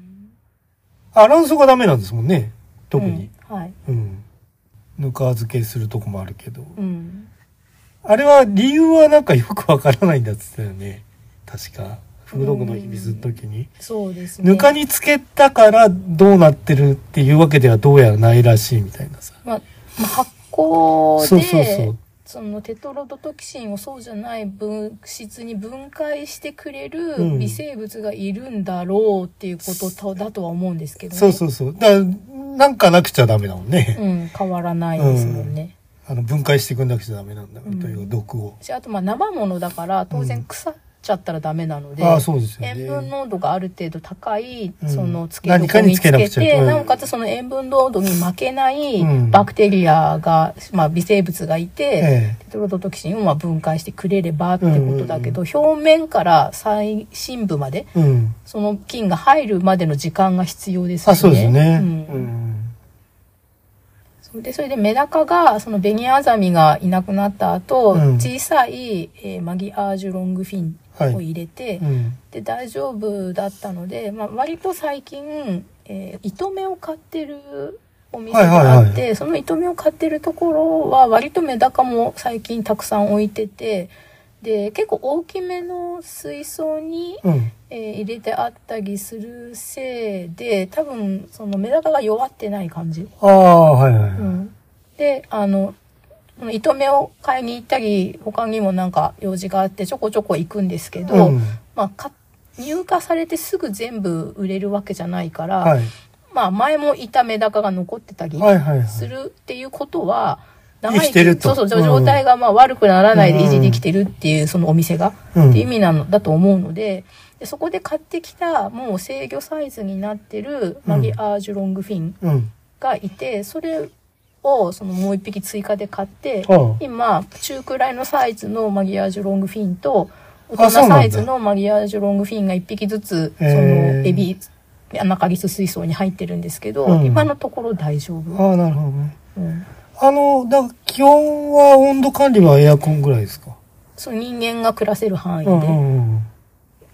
[SPEAKER 1] あ、卵巣がダメなんですもんね。特に。
[SPEAKER 2] うん。はい。
[SPEAKER 1] うん。ぬか漬けするとこもあるけど。
[SPEAKER 2] うん。
[SPEAKER 1] あれは理由はなんかよくわからないんだっつったよね。確か。フードの秘密の時に。
[SPEAKER 2] そうですね。
[SPEAKER 1] ぬかにつけたからどうなってるっていうわけではどうやらないらしいみたいなさ。
[SPEAKER 2] まあ、まあ発酵で
[SPEAKER 1] そうそうそう
[SPEAKER 2] そのテトロドトキシンをそうじゃない物質に分解してくれ
[SPEAKER 1] うん
[SPEAKER 2] る微生物がいるんだろうっていうこととだとは思うんですけどね。
[SPEAKER 1] そうそうそう。だからなんかなくちゃダメだもんね。
[SPEAKER 2] うん、変わらないですもんね。
[SPEAKER 1] あの分解していくんなくちゃダメなんだ、
[SPEAKER 2] うん
[SPEAKER 1] という毒を。
[SPEAKER 2] しあとまあ生ものだから当
[SPEAKER 1] うん
[SPEAKER 2] 然腐っちゃったらダメなので、
[SPEAKER 1] ああ、そうですよ
[SPEAKER 2] 塩分
[SPEAKER 1] ね。
[SPEAKER 2] 濃度がある程度高い、
[SPEAKER 1] うん
[SPEAKER 2] その漬け
[SPEAKER 1] 何か
[SPEAKER 2] 床
[SPEAKER 1] に
[SPEAKER 2] に
[SPEAKER 1] つ
[SPEAKER 2] つ
[SPEAKER 1] け
[SPEAKER 2] け
[SPEAKER 1] な
[SPEAKER 2] て
[SPEAKER 1] くちゃうん
[SPEAKER 2] なおかつその塩分濃度に負けない
[SPEAKER 1] うん
[SPEAKER 2] バクテリアが、まあ、微生物がいて、
[SPEAKER 1] え
[SPEAKER 2] テトロドトキシンをまあ分解してくれればってことだけど、
[SPEAKER 1] う
[SPEAKER 2] 表面から最深部まで
[SPEAKER 1] え。うん。
[SPEAKER 2] その菌が入るまでの時間が必要ですよね。
[SPEAKER 1] あ、そうですね。う
[SPEAKER 2] うん
[SPEAKER 1] ん。
[SPEAKER 2] そうでそれでメダカがそのベニアザミがいなくなった後、
[SPEAKER 1] うん
[SPEAKER 2] 小さい、えーマギアージュロングフィンを入れて、
[SPEAKER 1] うん。
[SPEAKER 2] で大丈夫だったので、まあ、割と最近、えー糸目を買ってるお店があって、
[SPEAKER 1] はいはい
[SPEAKER 2] その糸目を買ってるところは割とメダカも最近たくさん置いててで結構大きめの水槽に、
[SPEAKER 1] うん。
[SPEAKER 2] えー入れてあったりするせいで多分そのメダカが弱ってない感じ。
[SPEAKER 1] ああ、はいはい。
[SPEAKER 2] うん、であのその糸目を買いに行ったり他にもなんか用事があってちょこちょこ行くんですけど。
[SPEAKER 1] うん
[SPEAKER 2] まあ、か入荷されてすぐ全部売れるわけじゃないから、
[SPEAKER 1] はい。
[SPEAKER 2] まあ前もいたメダカが残ってたり
[SPEAKER 1] はいはいはい。
[SPEAKER 2] するっていうことは、
[SPEAKER 1] 生きてると
[SPEAKER 2] そうそうう、
[SPEAKER 1] ん
[SPEAKER 2] 状態がまあ悪くならないで
[SPEAKER 1] うん
[SPEAKER 2] 維持できてるっていう、そのお店が、
[SPEAKER 1] うん
[SPEAKER 2] っていう意味なのだと思うので、でそこで買ってきた、もう制御サイズになってるマギアージュロングフィン
[SPEAKER 1] うん。
[SPEAKER 2] がいて、それをそのもう一匹追加で買って、
[SPEAKER 1] あ
[SPEAKER 2] 今中くらいのサイズのマギアージュロングフィンと
[SPEAKER 1] あ
[SPEAKER 2] 大人
[SPEAKER 1] そうなんだ
[SPEAKER 2] サイズのマギアージュロングフィンが1匹ずつその
[SPEAKER 1] へー
[SPEAKER 2] エビ中ギス水槽に入ってるんですけど、
[SPEAKER 1] うん
[SPEAKER 2] 今のところ大丈
[SPEAKER 1] あ。
[SPEAKER 2] 夫、
[SPEAKER 1] ああ、なるほどね。
[SPEAKER 2] うん、
[SPEAKER 1] あの、だから気温は温度管理はエアコンぐらいですか
[SPEAKER 2] そう人間が暮らせる範囲で、
[SPEAKER 1] うんうんうん。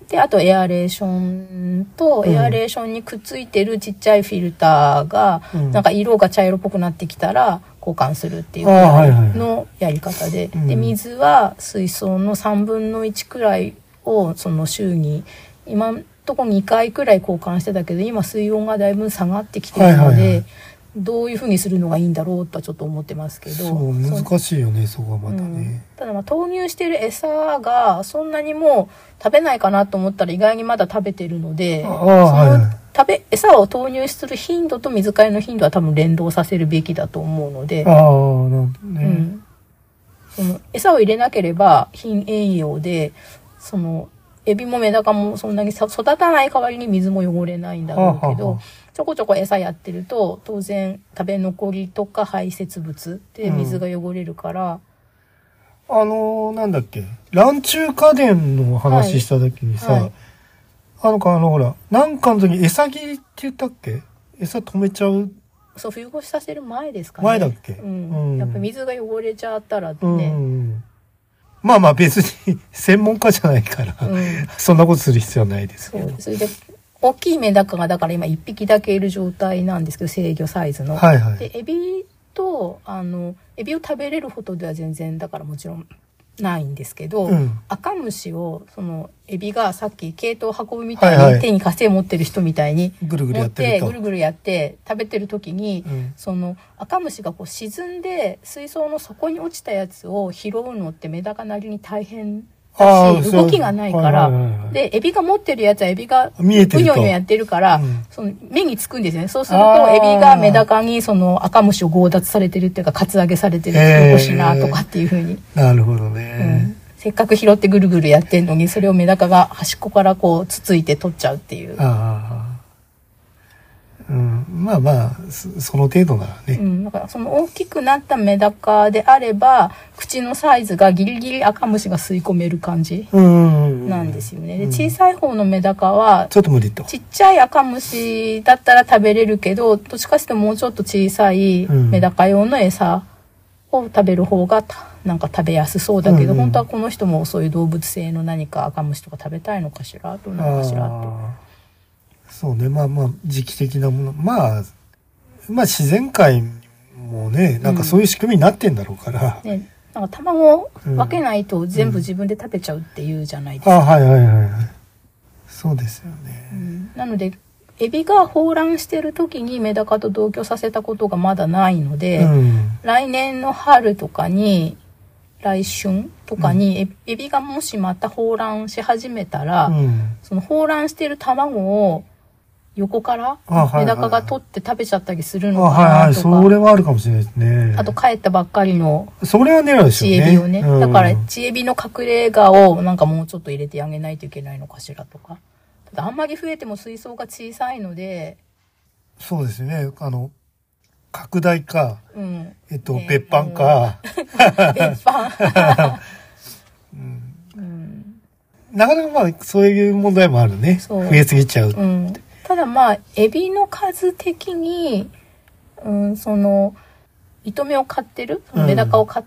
[SPEAKER 2] であとエアレーションと
[SPEAKER 1] うん
[SPEAKER 2] エアレーションにくっついてるちっちゃいフィルターが、
[SPEAKER 1] うん
[SPEAKER 2] なんか色が茶色っぽくなってきたら交換するっていう
[SPEAKER 1] ああ、はいはい。
[SPEAKER 2] のやり方で、
[SPEAKER 1] うん
[SPEAKER 2] で水は水槽の3分の1くらいをその週に今んとこ2回くらい交換してたけど今水温がだいぶ下がってきてるので、
[SPEAKER 1] はいはいはい
[SPEAKER 2] どういうふうにするのがいいんだろうとはちょっと思ってますけど
[SPEAKER 1] そう、
[SPEAKER 2] そう
[SPEAKER 1] 難しいよね、そこはまた
[SPEAKER 2] うん
[SPEAKER 1] ね。
[SPEAKER 2] ただまあ投入してる餌がそんなにもう食べないかなと思ったら意外にまだ食べてるので
[SPEAKER 1] あ
[SPEAKER 2] そ
[SPEAKER 1] あはいはい
[SPEAKER 2] の食べ餌を投入する頻度と水替えの頻度は多分連動させるべきだと思うので
[SPEAKER 1] ああ、なるほど
[SPEAKER 2] う
[SPEAKER 1] ね。
[SPEAKER 2] ん、その餌を入れなければ貧栄養でそのエビもメダカもそんなにさ育たない代わりに水も汚れないんだろうけ
[SPEAKER 1] はあはあ
[SPEAKER 2] ど
[SPEAKER 1] は
[SPEAKER 2] ちょこちょこ餌やってると当然食べ残りとか排泄物で水が汚れるから、
[SPEAKER 1] あの、なんだっけ、乱中家電の話した時に
[SPEAKER 2] は
[SPEAKER 1] さ
[SPEAKER 2] い、
[SPEAKER 1] あのか、あのほら、なんかの時餌切りって言ったっけ餌止めちゃう
[SPEAKER 2] そう冬越しさせる前ですかね
[SPEAKER 1] 前だっけ
[SPEAKER 2] うん
[SPEAKER 1] うん
[SPEAKER 2] やっぱ水が汚れちゃったらね、
[SPEAKER 1] うんうん。まあまあ別に 専門家じゃないから、
[SPEAKER 2] うん
[SPEAKER 1] そんなことする必要はないです
[SPEAKER 2] そ
[SPEAKER 1] けど
[SPEAKER 2] う。それで大きいメダカがだから今1匹だけいる状態なんですけど制御サイズの。
[SPEAKER 1] はいはい。
[SPEAKER 2] でエビとあのエビを食べれるほどでは全然だからもちろんないんですけど、
[SPEAKER 1] うん
[SPEAKER 2] 赤虫をそのエビがさっき系統を運ぶみたいに、
[SPEAKER 1] はいはい
[SPEAKER 2] 手に火星持ってる人みたいに
[SPEAKER 1] ぐるぐる
[SPEAKER 2] 持
[SPEAKER 1] や
[SPEAKER 2] っ
[SPEAKER 1] って
[SPEAKER 2] て
[SPEAKER 1] ると
[SPEAKER 2] ぐる。ぐるやって食べてる時に、
[SPEAKER 1] うん
[SPEAKER 2] その赤虫がこう沈んで水槽の底に落ちたやつを拾うのってメダカなりに大変
[SPEAKER 1] あ
[SPEAKER 2] だ
[SPEAKER 1] あ
[SPEAKER 2] し
[SPEAKER 1] そう
[SPEAKER 2] 動きがないか
[SPEAKER 1] は
[SPEAKER 2] ら、
[SPEAKER 1] いはいはいはい
[SPEAKER 2] でエビが持ってるやつはエビが
[SPEAKER 1] 見えて
[SPEAKER 2] う
[SPEAKER 1] る
[SPEAKER 2] にょ
[SPEAKER 1] と
[SPEAKER 2] うにょやってるから、
[SPEAKER 1] うん
[SPEAKER 2] その目につくんですよね。そうすると
[SPEAKER 1] あー
[SPEAKER 2] エビがメダカにその赤虫を強奪されてるっていうかカツアゲされてる
[SPEAKER 1] へー
[SPEAKER 2] おしなとかっていう風に、
[SPEAKER 1] なるほど
[SPEAKER 2] うん
[SPEAKER 1] ね。
[SPEAKER 2] せっかく拾ってぐるぐるやってんのにそれをメダカが端っこからこうつついて取っちゃうっていう。
[SPEAKER 1] ああ。うん。まあまあ、そその程度なら
[SPEAKER 2] う
[SPEAKER 1] ね。
[SPEAKER 2] ん、だからその大きくなったメダカであれば口のサイズがギリギリ赤虫が吸い込める感じ
[SPEAKER 1] うん。
[SPEAKER 2] なんですよね。で
[SPEAKER 1] うん
[SPEAKER 2] 小さい方のメダカは
[SPEAKER 1] ちょっと無理と。
[SPEAKER 2] ちっちゃい赤虫だったら食べれるけど、どっちかしてもうちょっと小さい
[SPEAKER 1] うん
[SPEAKER 2] メダカ用の餌を食べる方がたなんか食べやすそうだけど、
[SPEAKER 1] うんうん
[SPEAKER 2] 本当はこの人もそういう動物性の何か赤虫とか食べたいのかしらどうなのかしらと。
[SPEAKER 1] ああそうね。まあまあ、時期的なもの。まあ、まあ自然界もね、なんかそういう仕組みになってんだろうから。
[SPEAKER 2] ね、なんか卵を
[SPEAKER 1] うん
[SPEAKER 2] 分けないと全部自分で食べちゃうっていうじゃないです
[SPEAKER 1] あ
[SPEAKER 2] か。
[SPEAKER 1] あはいはいはいはい。そうですよね。
[SPEAKER 2] うんなので、エビが放卵してる時にメダカと同居させたことがまだないので、
[SPEAKER 1] うん。
[SPEAKER 2] 来年の春とかに来春とかにエ,、エビがもしまた放卵し始めたら、
[SPEAKER 1] うん。
[SPEAKER 2] その放卵してる卵を横から
[SPEAKER 1] あはいはいはい
[SPEAKER 2] メダカが取って食べちゃったりする
[SPEAKER 1] あ、
[SPEAKER 2] のか
[SPEAKER 1] はいは。
[SPEAKER 2] ないと
[SPEAKER 1] それ
[SPEAKER 2] か。
[SPEAKER 1] はあるかもしれないですね。
[SPEAKER 2] あと、帰ったばっかりの
[SPEAKER 1] それは狙うでしょう
[SPEAKER 2] チ
[SPEAKER 1] ね。
[SPEAKER 2] エビをね。
[SPEAKER 1] うん
[SPEAKER 2] だから、チエビの隠れ家をなんかもうちょっと入れてあげないといけないのかしらとか。ただあんまり増えても水槽が小さいので、
[SPEAKER 1] そうですね。あの、拡大か、
[SPEAKER 2] うん。
[SPEAKER 1] えっと、
[SPEAKER 2] ね
[SPEAKER 1] 別版か、
[SPEAKER 2] 別版。うん。
[SPEAKER 1] なかなかまあ、そういう問題もあるね。
[SPEAKER 2] そう
[SPEAKER 1] 増えすぎちゃう。
[SPEAKER 2] うん。ただまあ、エビの数的に、うん、その、糸目を買ってる、
[SPEAKER 1] うん
[SPEAKER 2] メダカを買っ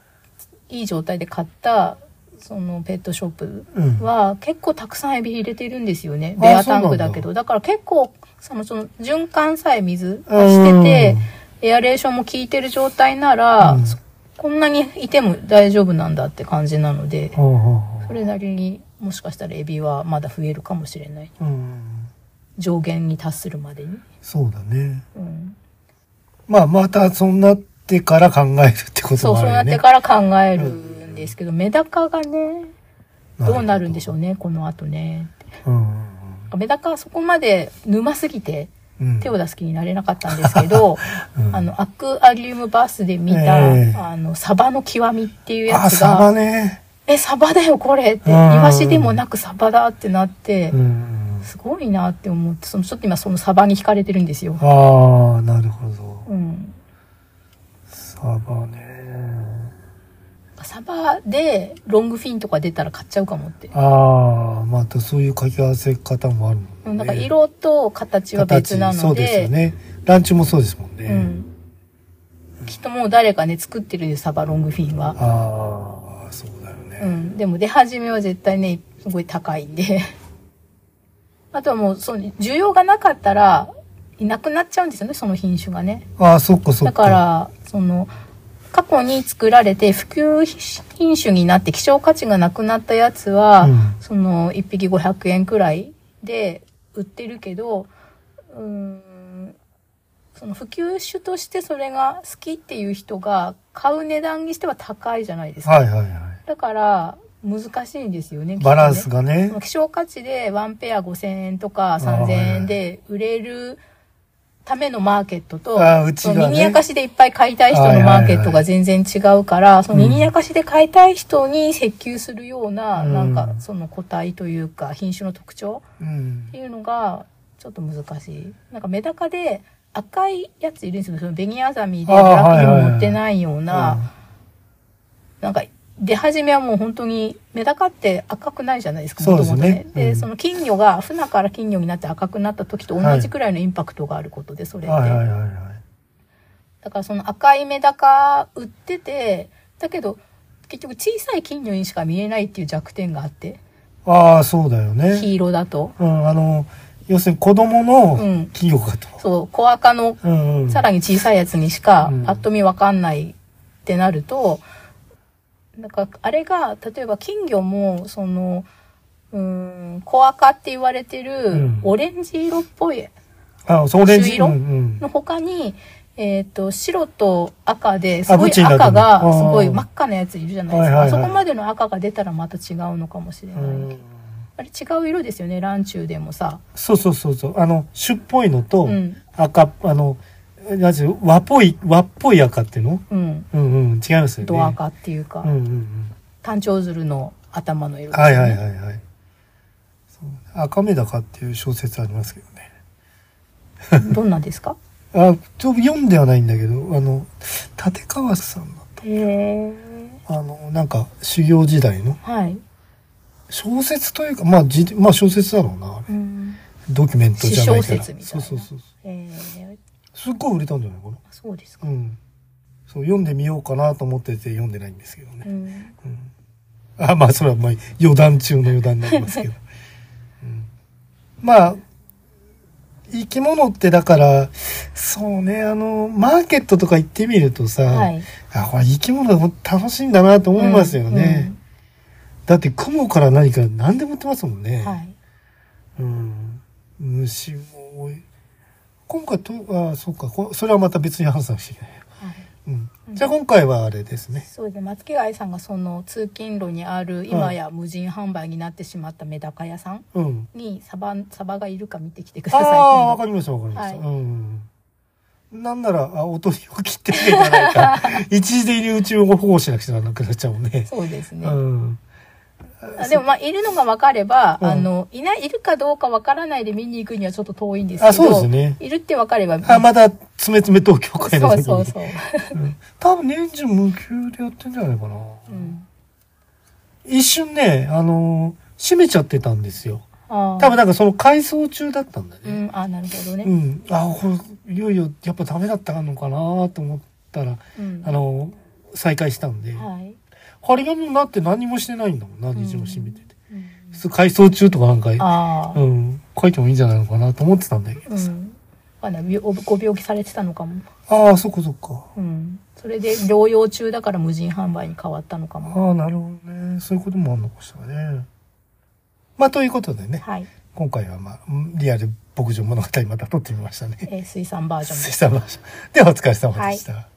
[SPEAKER 2] いい状態で買った、そのペットショップ
[SPEAKER 1] うん。
[SPEAKER 2] は結構たくさんエビ入れてるんですよね。
[SPEAKER 1] あ
[SPEAKER 2] レアタンク
[SPEAKER 1] そうなんだ
[SPEAKER 2] だけど。だから結構、その、その、循環さえ水がしてて、エアレーションも効いてる状態なら、
[SPEAKER 1] うん
[SPEAKER 2] そこんなにいても大丈夫なんだって感じなので、
[SPEAKER 1] うん、は
[SPEAKER 2] それなりにもしかしたらエビはまだ増えるかもしれない。
[SPEAKER 1] あはあうん。
[SPEAKER 2] 上限に達するまでに。
[SPEAKER 1] そうだね。
[SPEAKER 2] うん
[SPEAKER 1] まあ、また、そうなってから考えるってこと
[SPEAKER 2] そう、
[SPEAKER 1] もあ
[SPEAKER 2] そう
[SPEAKER 1] る
[SPEAKER 2] な
[SPEAKER 1] よ
[SPEAKER 2] って
[SPEAKER 1] ね。
[SPEAKER 2] から考えるんですけど、メダカがね、どうなるんでしょ
[SPEAKER 1] う。
[SPEAKER 2] うね、この後ね。
[SPEAKER 1] うん。
[SPEAKER 2] メダカはそこまで沼すぎて
[SPEAKER 1] うん
[SPEAKER 2] 手を出す気になれなかったんですけど、
[SPEAKER 1] うん
[SPEAKER 2] あの、アクアリウムバースで見た、
[SPEAKER 1] ええ
[SPEAKER 2] あの、サバの極みっていうや
[SPEAKER 1] あ、
[SPEAKER 2] つ
[SPEAKER 1] サバ
[SPEAKER 2] が、
[SPEAKER 1] ね。
[SPEAKER 2] え、サバだよこれって、イ
[SPEAKER 1] うん
[SPEAKER 2] ワシでもなくサバだってなって
[SPEAKER 1] う、ん。
[SPEAKER 2] すごいなって思って、そのちょっと今そのサバに惹かれてるんですよ。
[SPEAKER 1] ああ、なるほど。
[SPEAKER 2] うん。
[SPEAKER 1] サバね。
[SPEAKER 2] サバでロングフィンとか出たら買っちゃうかもって。
[SPEAKER 1] ああ、またそういう掛け合わせ方もあるもんね。
[SPEAKER 2] なんか色と形は別な
[SPEAKER 1] そ
[SPEAKER 2] の
[SPEAKER 1] うです
[SPEAKER 2] で、
[SPEAKER 1] よね。ランチもそうですもんね。
[SPEAKER 2] うん、きっともう誰かね作ってるよサバロングフィンは、
[SPEAKER 1] ああ、そうだよ
[SPEAKER 2] う
[SPEAKER 1] ね。
[SPEAKER 2] ん、でも出始めは絶対ねすごい高いんで あとはもうその需要がなかったらいなくなっちゃうんですよねその品種がね
[SPEAKER 1] ああ、そっかそっ
[SPEAKER 2] だ
[SPEAKER 1] か。
[SPEAKER 2] からその過去に作られて普及品種になって希少価値がなくなったやつは、
[SPEAKER 1] うん
[SPEAKER 2] その1匹500円くらいで売ってるけど、うーん、その普及種としてそれが好きっていう人が買う値段にしては高いじゃないですか。
[SPEAKER 1] はいはいは
[SPEAKER 2] だから難しいんですよね。
[SPEAKER 1] い。バランス
[SPEAKER 2] きっ
[SPEAKER 1] が
[SPEAKER 2] とね
[SPEAKER 1] ね
[SPEAKER 2] その。希少価値で1ペア5000円とか3000円で売れるためのマーケットと、
[SPEAKER 1] ああ、うち
[SPEAKER 2] その
[SPEAKER 1] が
[SPEAKER 2] 耳明
[SPEAKER 1] ね。
[SPEAKER 2] かしでいっぱい買いたい人のマーケットが全然違うから、その耳明かしで買いたい人に設給するような、
[SPEAKER 1] うん
[SPEAKER 2] なんかその個体というか品種の特徴
[SPEAKER 1] うん
[SPEAKER 2] って。いうのがちょっと難しい。なんかメダカで赤いやついるんですよ。そのベニアザミで
[SPEAKER 1] あー
[SPEAKER 2] ブラック
[SPEAKER 1] は
[SPEAKER 2] に
[SPEAKER 1] いはいは
[SPEAKER 2] も
[SPEAKER 1] い
[SPEAKER 2] 持ってないよう
[SPEAKER 1] うん
[SPEAKER 2] な、なんか出始めはもう本当にメダカって赤くないじゃないですか、
[SPEAKER 1] そうですね
[SPEAKER 2] 元々で、
[SPEAKER 1] うん
[SPEAKER 2] その金魚が、船から金魚になって赤くなった時と同じくらいのインパクトがあることで、それって。
[SPEAKER 1] はいはいはいはい。
[SPEAKER 2] だからその赤いメダカ売ってて、だけど結局小さい金魚にしか見えないっていう弱点があって、
[SPEAKER 1] ああ、そうだよね。
[SPEAKER 2] 黄色だと。
[SPEAKER 1] うん、あの、要するに子供の企業かと。
[SPEAKER 2] そう、小赤の
[SPEAKER 1] うんうん。
[SPEAKER 2] さらに小さいやつにしか
[SPEAKER 1] うん
[SPEAKER 2] パッと見わかんないってなると、なんかあれが、例えば金魚も、その、うーん、小赤って言われて
[SPEAKER 1] う
[SPEAKER 2] る
[SPEAKER 1] ん
[SPEAKER 2] オレンジ色っぽい
[SPEAKER 1] あ、そうオレン
[SPEAKER 2] 朱
[SPEAKER 1] ジ。う
[SPEAKER 2] 色
[SPEAKER 1] んうん。
[SPEAKER 2] の他に、えっ、と、白と赤で、す
[SPEAKER 1] ど
[SPEAKER 2] ごい
[SPEAKER 1] っちになるの
[SPEAKER 2] 赤が、
[SPEAKER 1] あー
[SPEAKER 2] すごい真っ赤なやついるじゃないで
[SPEAKER 1] はい
[SPEAKER 2] すか。
[SPEAKER 1] はいはい
[SPEAKER 2] あそこまでの赤が出たらまた違うのかもしれない。
[SPEAKER 1] うん
[SPEAKER 2] あれ違う色ですよね、ランチューでもさ。
[SPEAKER 1] そうそうそうそう。あの、朱っぽいのと
[SPEAKER 2] うん、
[SPEAKER 1] 赤っ、あの、なんていうの和っぽい、和っぽい赤っていうの
[SPEAKER 2] うん。
[SPEAKER 1] うんうん、違いますよね。
[SPEAKER 2] ドア。赤っていうか、
[SPEAKER 1] うんうんうん。
[SPEAKER 2] 単調鶴の頭の色ですよ
[SPEAKER 1] は
[SPEAKER 2] ね。
[SPEAKER 1] いはいはいはい。そう赤目高っていう小説ありますけどね。
[SPEAKER 2] どんなですか
[SPEAKER 1] あ、ちょ読んではないんだけど、あの、立川さんだ
[SPEAKER 2] へえ。
[SPEAKER 1] と。あの、なんか、修行時代の
[SPEAKER 2] はい。
[SPEAKER 1] 小説というか、まあ、じまあ小説だろうな、あれ
[SPEAKER 2] うん。
[SPEAKER 1] ドキュメントじゃないから。
[SPEAKER 2] 私小説みたいな
[SPEAKER 1] そうそうそう。
[SPEAKER 2] えー、
[SPEAKER 1] すっごい売れたんじゃないかな。
[SPEAKER 2] そうですか
[SPEAKER 1] う。ん。そう、読んでみようかなと思ってて読んでないんですけどね。
[SPEAKER 2] うん。
[SPEAKER 1] あ、まあ、それはまあ、余談中の余談になりますけど。 うんまあ、生き物ってだから、そうね、あの、マーケットとか行ってみるとさ、
[SPEAKER 2] はい。
[SPEAKER 1] あ、これ生き物も楽しいんだなと思いますよね。だって雲から何から何でも売ってますもん
[SPEAKER 2] う
[SPEAKER 1] ね。
[SPEAKER 2] ん。うんはい。
[SPEAKER 1] うん。虫も多い。今回と、あ、そうか、こそれはまた別に話さなくちゃいけない。
[SPEAKER 2] はい。
[SPEAKER 1] うん。じゃあ今回はあれですね。
[SPEAKER 2] そうですね松木愛さんがその通勤路にある今や無人販売になってしまったメダカ屋さん
[SPEAKER 1] うん。
[SPEAKER 2] にサバサバがいるか見てきてくだ
[SPEAKER 1] あ
[SPEAKER 2] さい
[SPEAKER 1] あ、わ
[SPEAKER 2] 今
[SPEAKER 1] か
[SPEAKER 2] 度
[SPEAKER 1] りました、わかりました。
[SPEAKER 2] は
[SPEAKER 1] うん。なんなら、あ、お鳥を切ってるじゃないか。 一時的にうちを保護しなくちゃなくなっちゃうもんね。
[SPEAKER 2] そうですね、
[SPEAKER 1] うん。
[SPEAKER 2] あでもまあいるのが分かれば、
[SPEAKER 1] うん
[SPEAKER 2] あのいないいるかどうか分からないで見に行くにはちょっと遠いんですけど
[SPEAKER 1] あ、そうですね。
[SPEAKER 2] いるって分かれば
[SPEAKER 1] あ、まだ、つめつめ東京
[SPEAKER 2] そう
[SPEAKER 1] 会の時に。
[SPEAKER 2] そうそう、
[SPEAKER 1] うん多分年中無休でやってんじゃないかな。
[SPEAKER 2] うん、
[SPEAKER 1] 一瞬ね、あのー閉めちゃってたんですよ。
[SPEAKER 2] あ
[SPEAKER 1] 多
[SPEAKER 2] あ
[SPEAKER 1] 分なんかその改装中だったんだ
[SPEAKER 2] う
[SPEAKER 1] ね。
[SPEAKER 2] んあなるほど
[SPEAKER 1] う
[SPEAKER 2] ね、
[SPEAKER 1] ん。あ、これ、いよいよやっぱダメだったのかなと思ったら、
[SPEAKER 2] うん
[SPEAKER 1] あのー再開したんで。
[SPEAKER 2] はい、
[SPEAKER 1] 張り紙になって何もしてないんだもん。何日も閉めてて。
[SPEAKER 2] うん、
[SPEAKER 1] 普通改装中とかなんか、
[SPEAKER 2] ああ
[SPEAKER 1] うん、書いてもいいんじゃないのかなと思ってたんだけど。
[SPEAKER 2] うんわかんないびょご病気されてたのかも、
[SPEAKER 1] ああ、そっかそっか。
[SPEAKER 2] うん、それで療養中だから無人販売に変わったのかも
[SPEAKER 1] ああ、なるほどね。そういうこともあんのかしらね。まあ、ということでね、
[SPEAKER 2] はい、
[SPEAKER 1] 今回はまあ、リアル牧場物語また撮ってみましたね。
[SPEAKER 2] えー水産バージョンです
[SPEAKER 1] 水産バージョンではお疲れ様でした。
[SPEAKER 2] は